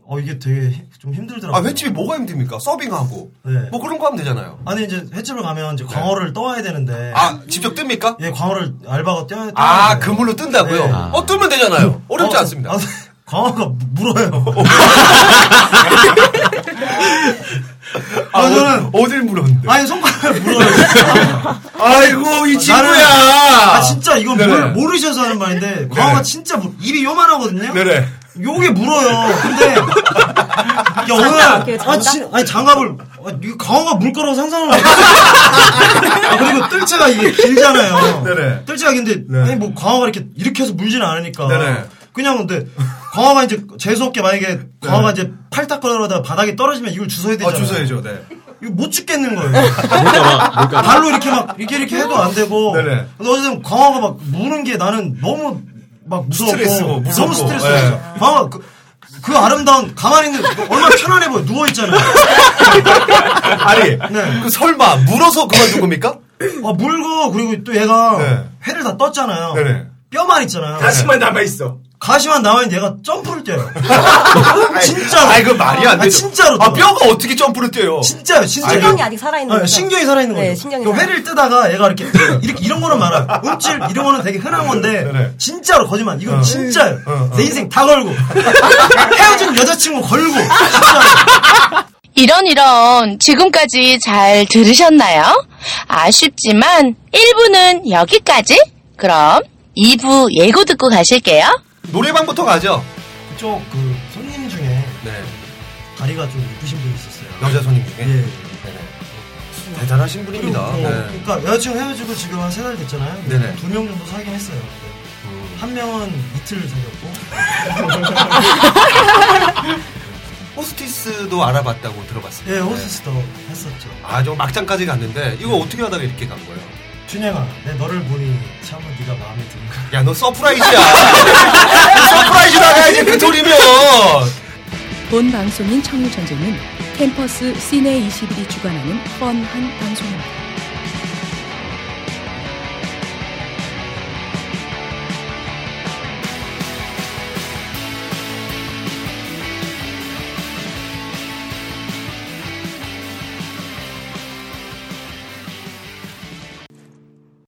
[SPEAKER 11] 어, 이게 되게 좀 힘들더라고요.
[SPEAKER 3] 아, 횟집이 뭐가 힘듭니까? 서빙하고.
[SPEAKER 11] 네.
[SPEAKER 3] 뭐 그런 거 하면 되잖아요.
[SPEAKER 11] 아니, 이제 횟집을 가면 이제 광어를 떠와야 되는데.
[SPEAKER 3] 네. 아, 직접 뜹니까?
[SPEAKER 11] 예, 광어를 알바가 떠야 돼.
[SPEAKER 3] 아, 그물로
[SPEAKER 11] 네.
[SPEAKER 3] 뜬다고요? 어, 뜨면 되잖아요. 어렵지 않습니다.
[SPEAKER 11] 광어가 물어요. 아, 저는.
[SPEAKER 3] 어딜 물었는데?
[SPEAKER 11] 아니, 손가락을 물어요.
[SPEAKER 3] 아이고, 이 친구야.
[SPEAKER 11] 나는- 아, 진짜 이건
[SPEAKER 3] 네네.
[SPEAKER 11] 모르, 모르셔서 하는 말인데, 광어가 진짜 물- 입이 요만하거든요?
[SPEAKER 3] 네네.
[SPEAKER 11] 요게 물어요. 근데 야 오늘 아, 진, 아니 장갑을 아, 이 강화가 물 거라고 상상을 못했어. 아, 그리고 뜰채가 이게 길잖아요.
[SPEAKER 3] 네네.
[SPEAKER 11] 뜰채가 근데 아니 뭐 강화가 이렇게 이렇게 해서 물지는 않으니까.
[SPEAKER 3] 네네. 네.
[SPEAKER 11] 그냥 근데 강화가 이제 재수 없게 만약에 강화가 이제 팔딱거리다가 바닥에 떨어지면 이걸 주워야 되잖아요.
[SPEAKER 3] 주워야죠, 네.
[SPEAKER 11] 이거 못 죽겠는 거예요. 발로 이렇게 막 이렇게 이렇게 해도 안 되고.
[SPEAKER 3] 네네.
[SPEAKER 11] 근데 어쨌든 강화가 막 무는 게 나는 너무 막 무서웠고
[SPEAKER 3] 스트레스고, 무섭고.
[SPEAKER 11] 너무 스트레스.
[SPEAKER 3] 예.
[SPEAKER 11] 예. 강화가 그, 그 아름다운 가만히 있는 그 얼마나 편안해 보여 누워 있잖아요.
[SPEAKER 3] 아니,
[SPEAKER 11] 네.
[SPEAKER 3] 그 설마, 물어서 그만둔 겁니까?
[SPEAKER 11] 아 물고 그리고 또 얘가 회를 다 떴잖아요.
[SPEAKER 3] 네. 네네.
[SPEAKER 11] 뼈만 있잖아요. 네.
[SPEAKER 6] 가시만 남아있어.
[SPEAKER 11] 가시만 남아있는 얘가 점프를 뛰어요. 진짜로.
[SPEAKER 3] 진짜로. 아, 이거 말이 안
[SPEAKER 11] 아,
[SPEAKER 3] 되죠.
[SPEAKER 11] 진짜로.
[SPEAKER 3] 아, 뼈가 어떻게 점프를 뛰어요?
[SPEAKER 11] 진짜요, 진짜.
[SPEAKER 14] 신경이 아직 살아있는 거죠.
[SPEAKER 11] 신경이 살아있는 거죠.
[SPEAKER 14] 네, 신경이
[SPEAKER 11] 그
[SPEAKER 14] 살아.
[SPEAKER 11] 회를 뜨다가 얘가
[SPEAKER 3] 네.
[SPEAKER 11] 이렇게, 이렇게 이런 거는 많아. 움찔 이런 거는 되게 흔한 건데 진짜로 거짓말. 이건
[SPEAKER 3] 네. 어.
[SPEAKER 11] 진짜요.
[SPEAKER 3] 어, 어.
[SPEAKER 11] 내 인생 다 걸고 헤어진 여자친구 걸고 진짜로.
[SPEAKER 4] 이런 이런 지금까지 잘 들으셨나요? 아쉽지만 1부는 여기까지. 그럼 2부 예고 듣고 가실게요.
[SPEAKER 3] 노래방부터 가죠.
[SPEAKER 11] 그쪽 그 손님 중에
[SPEAKER 3] 네.
[SPEAKER 11] 다리가 좀 이쁘신 분이 있었어요.
[SPEAKER 3] 여자 손님 중에?
[SPEAKER 11] 예.
[SPEAKER 3] 대단하신 분입니다.
[SPEAKER 11] 그리고 뭐,
[SPEAKER 3] 네.
[SPEAKER 11] 그러니까 여자친구 헤어지고 지금 한 세 달 됐잖아요.
[SPEAKER 3] 네네. 음.
[SPEAKER 11] 두 명 정도 사귀긴 했어요. 한 명은 이틀 사귀었고.
[SPEAKER 3] 호스티스도 알아봤다고 들어봤습니다.
[SPEAKER 11] 예, 호스티스도 했었죠.
[SPEAKER 3] 아, 저 막장까지 갔는데 이거 어떻게 하다가 이렇게 간 거예요?
[SPEAKER 11] 준영아, 내 너를 보니 참 네가 마음에 드는 거.
[SPEAKER 3] 야, 너 서프라이즈야. 서프라이즈 나가야지 그 소리면.
[SPEAKER 21] 본 방송인 청일전쟁은 캠퍼스 시내 21이 주관하는 뻔한 방송입니다.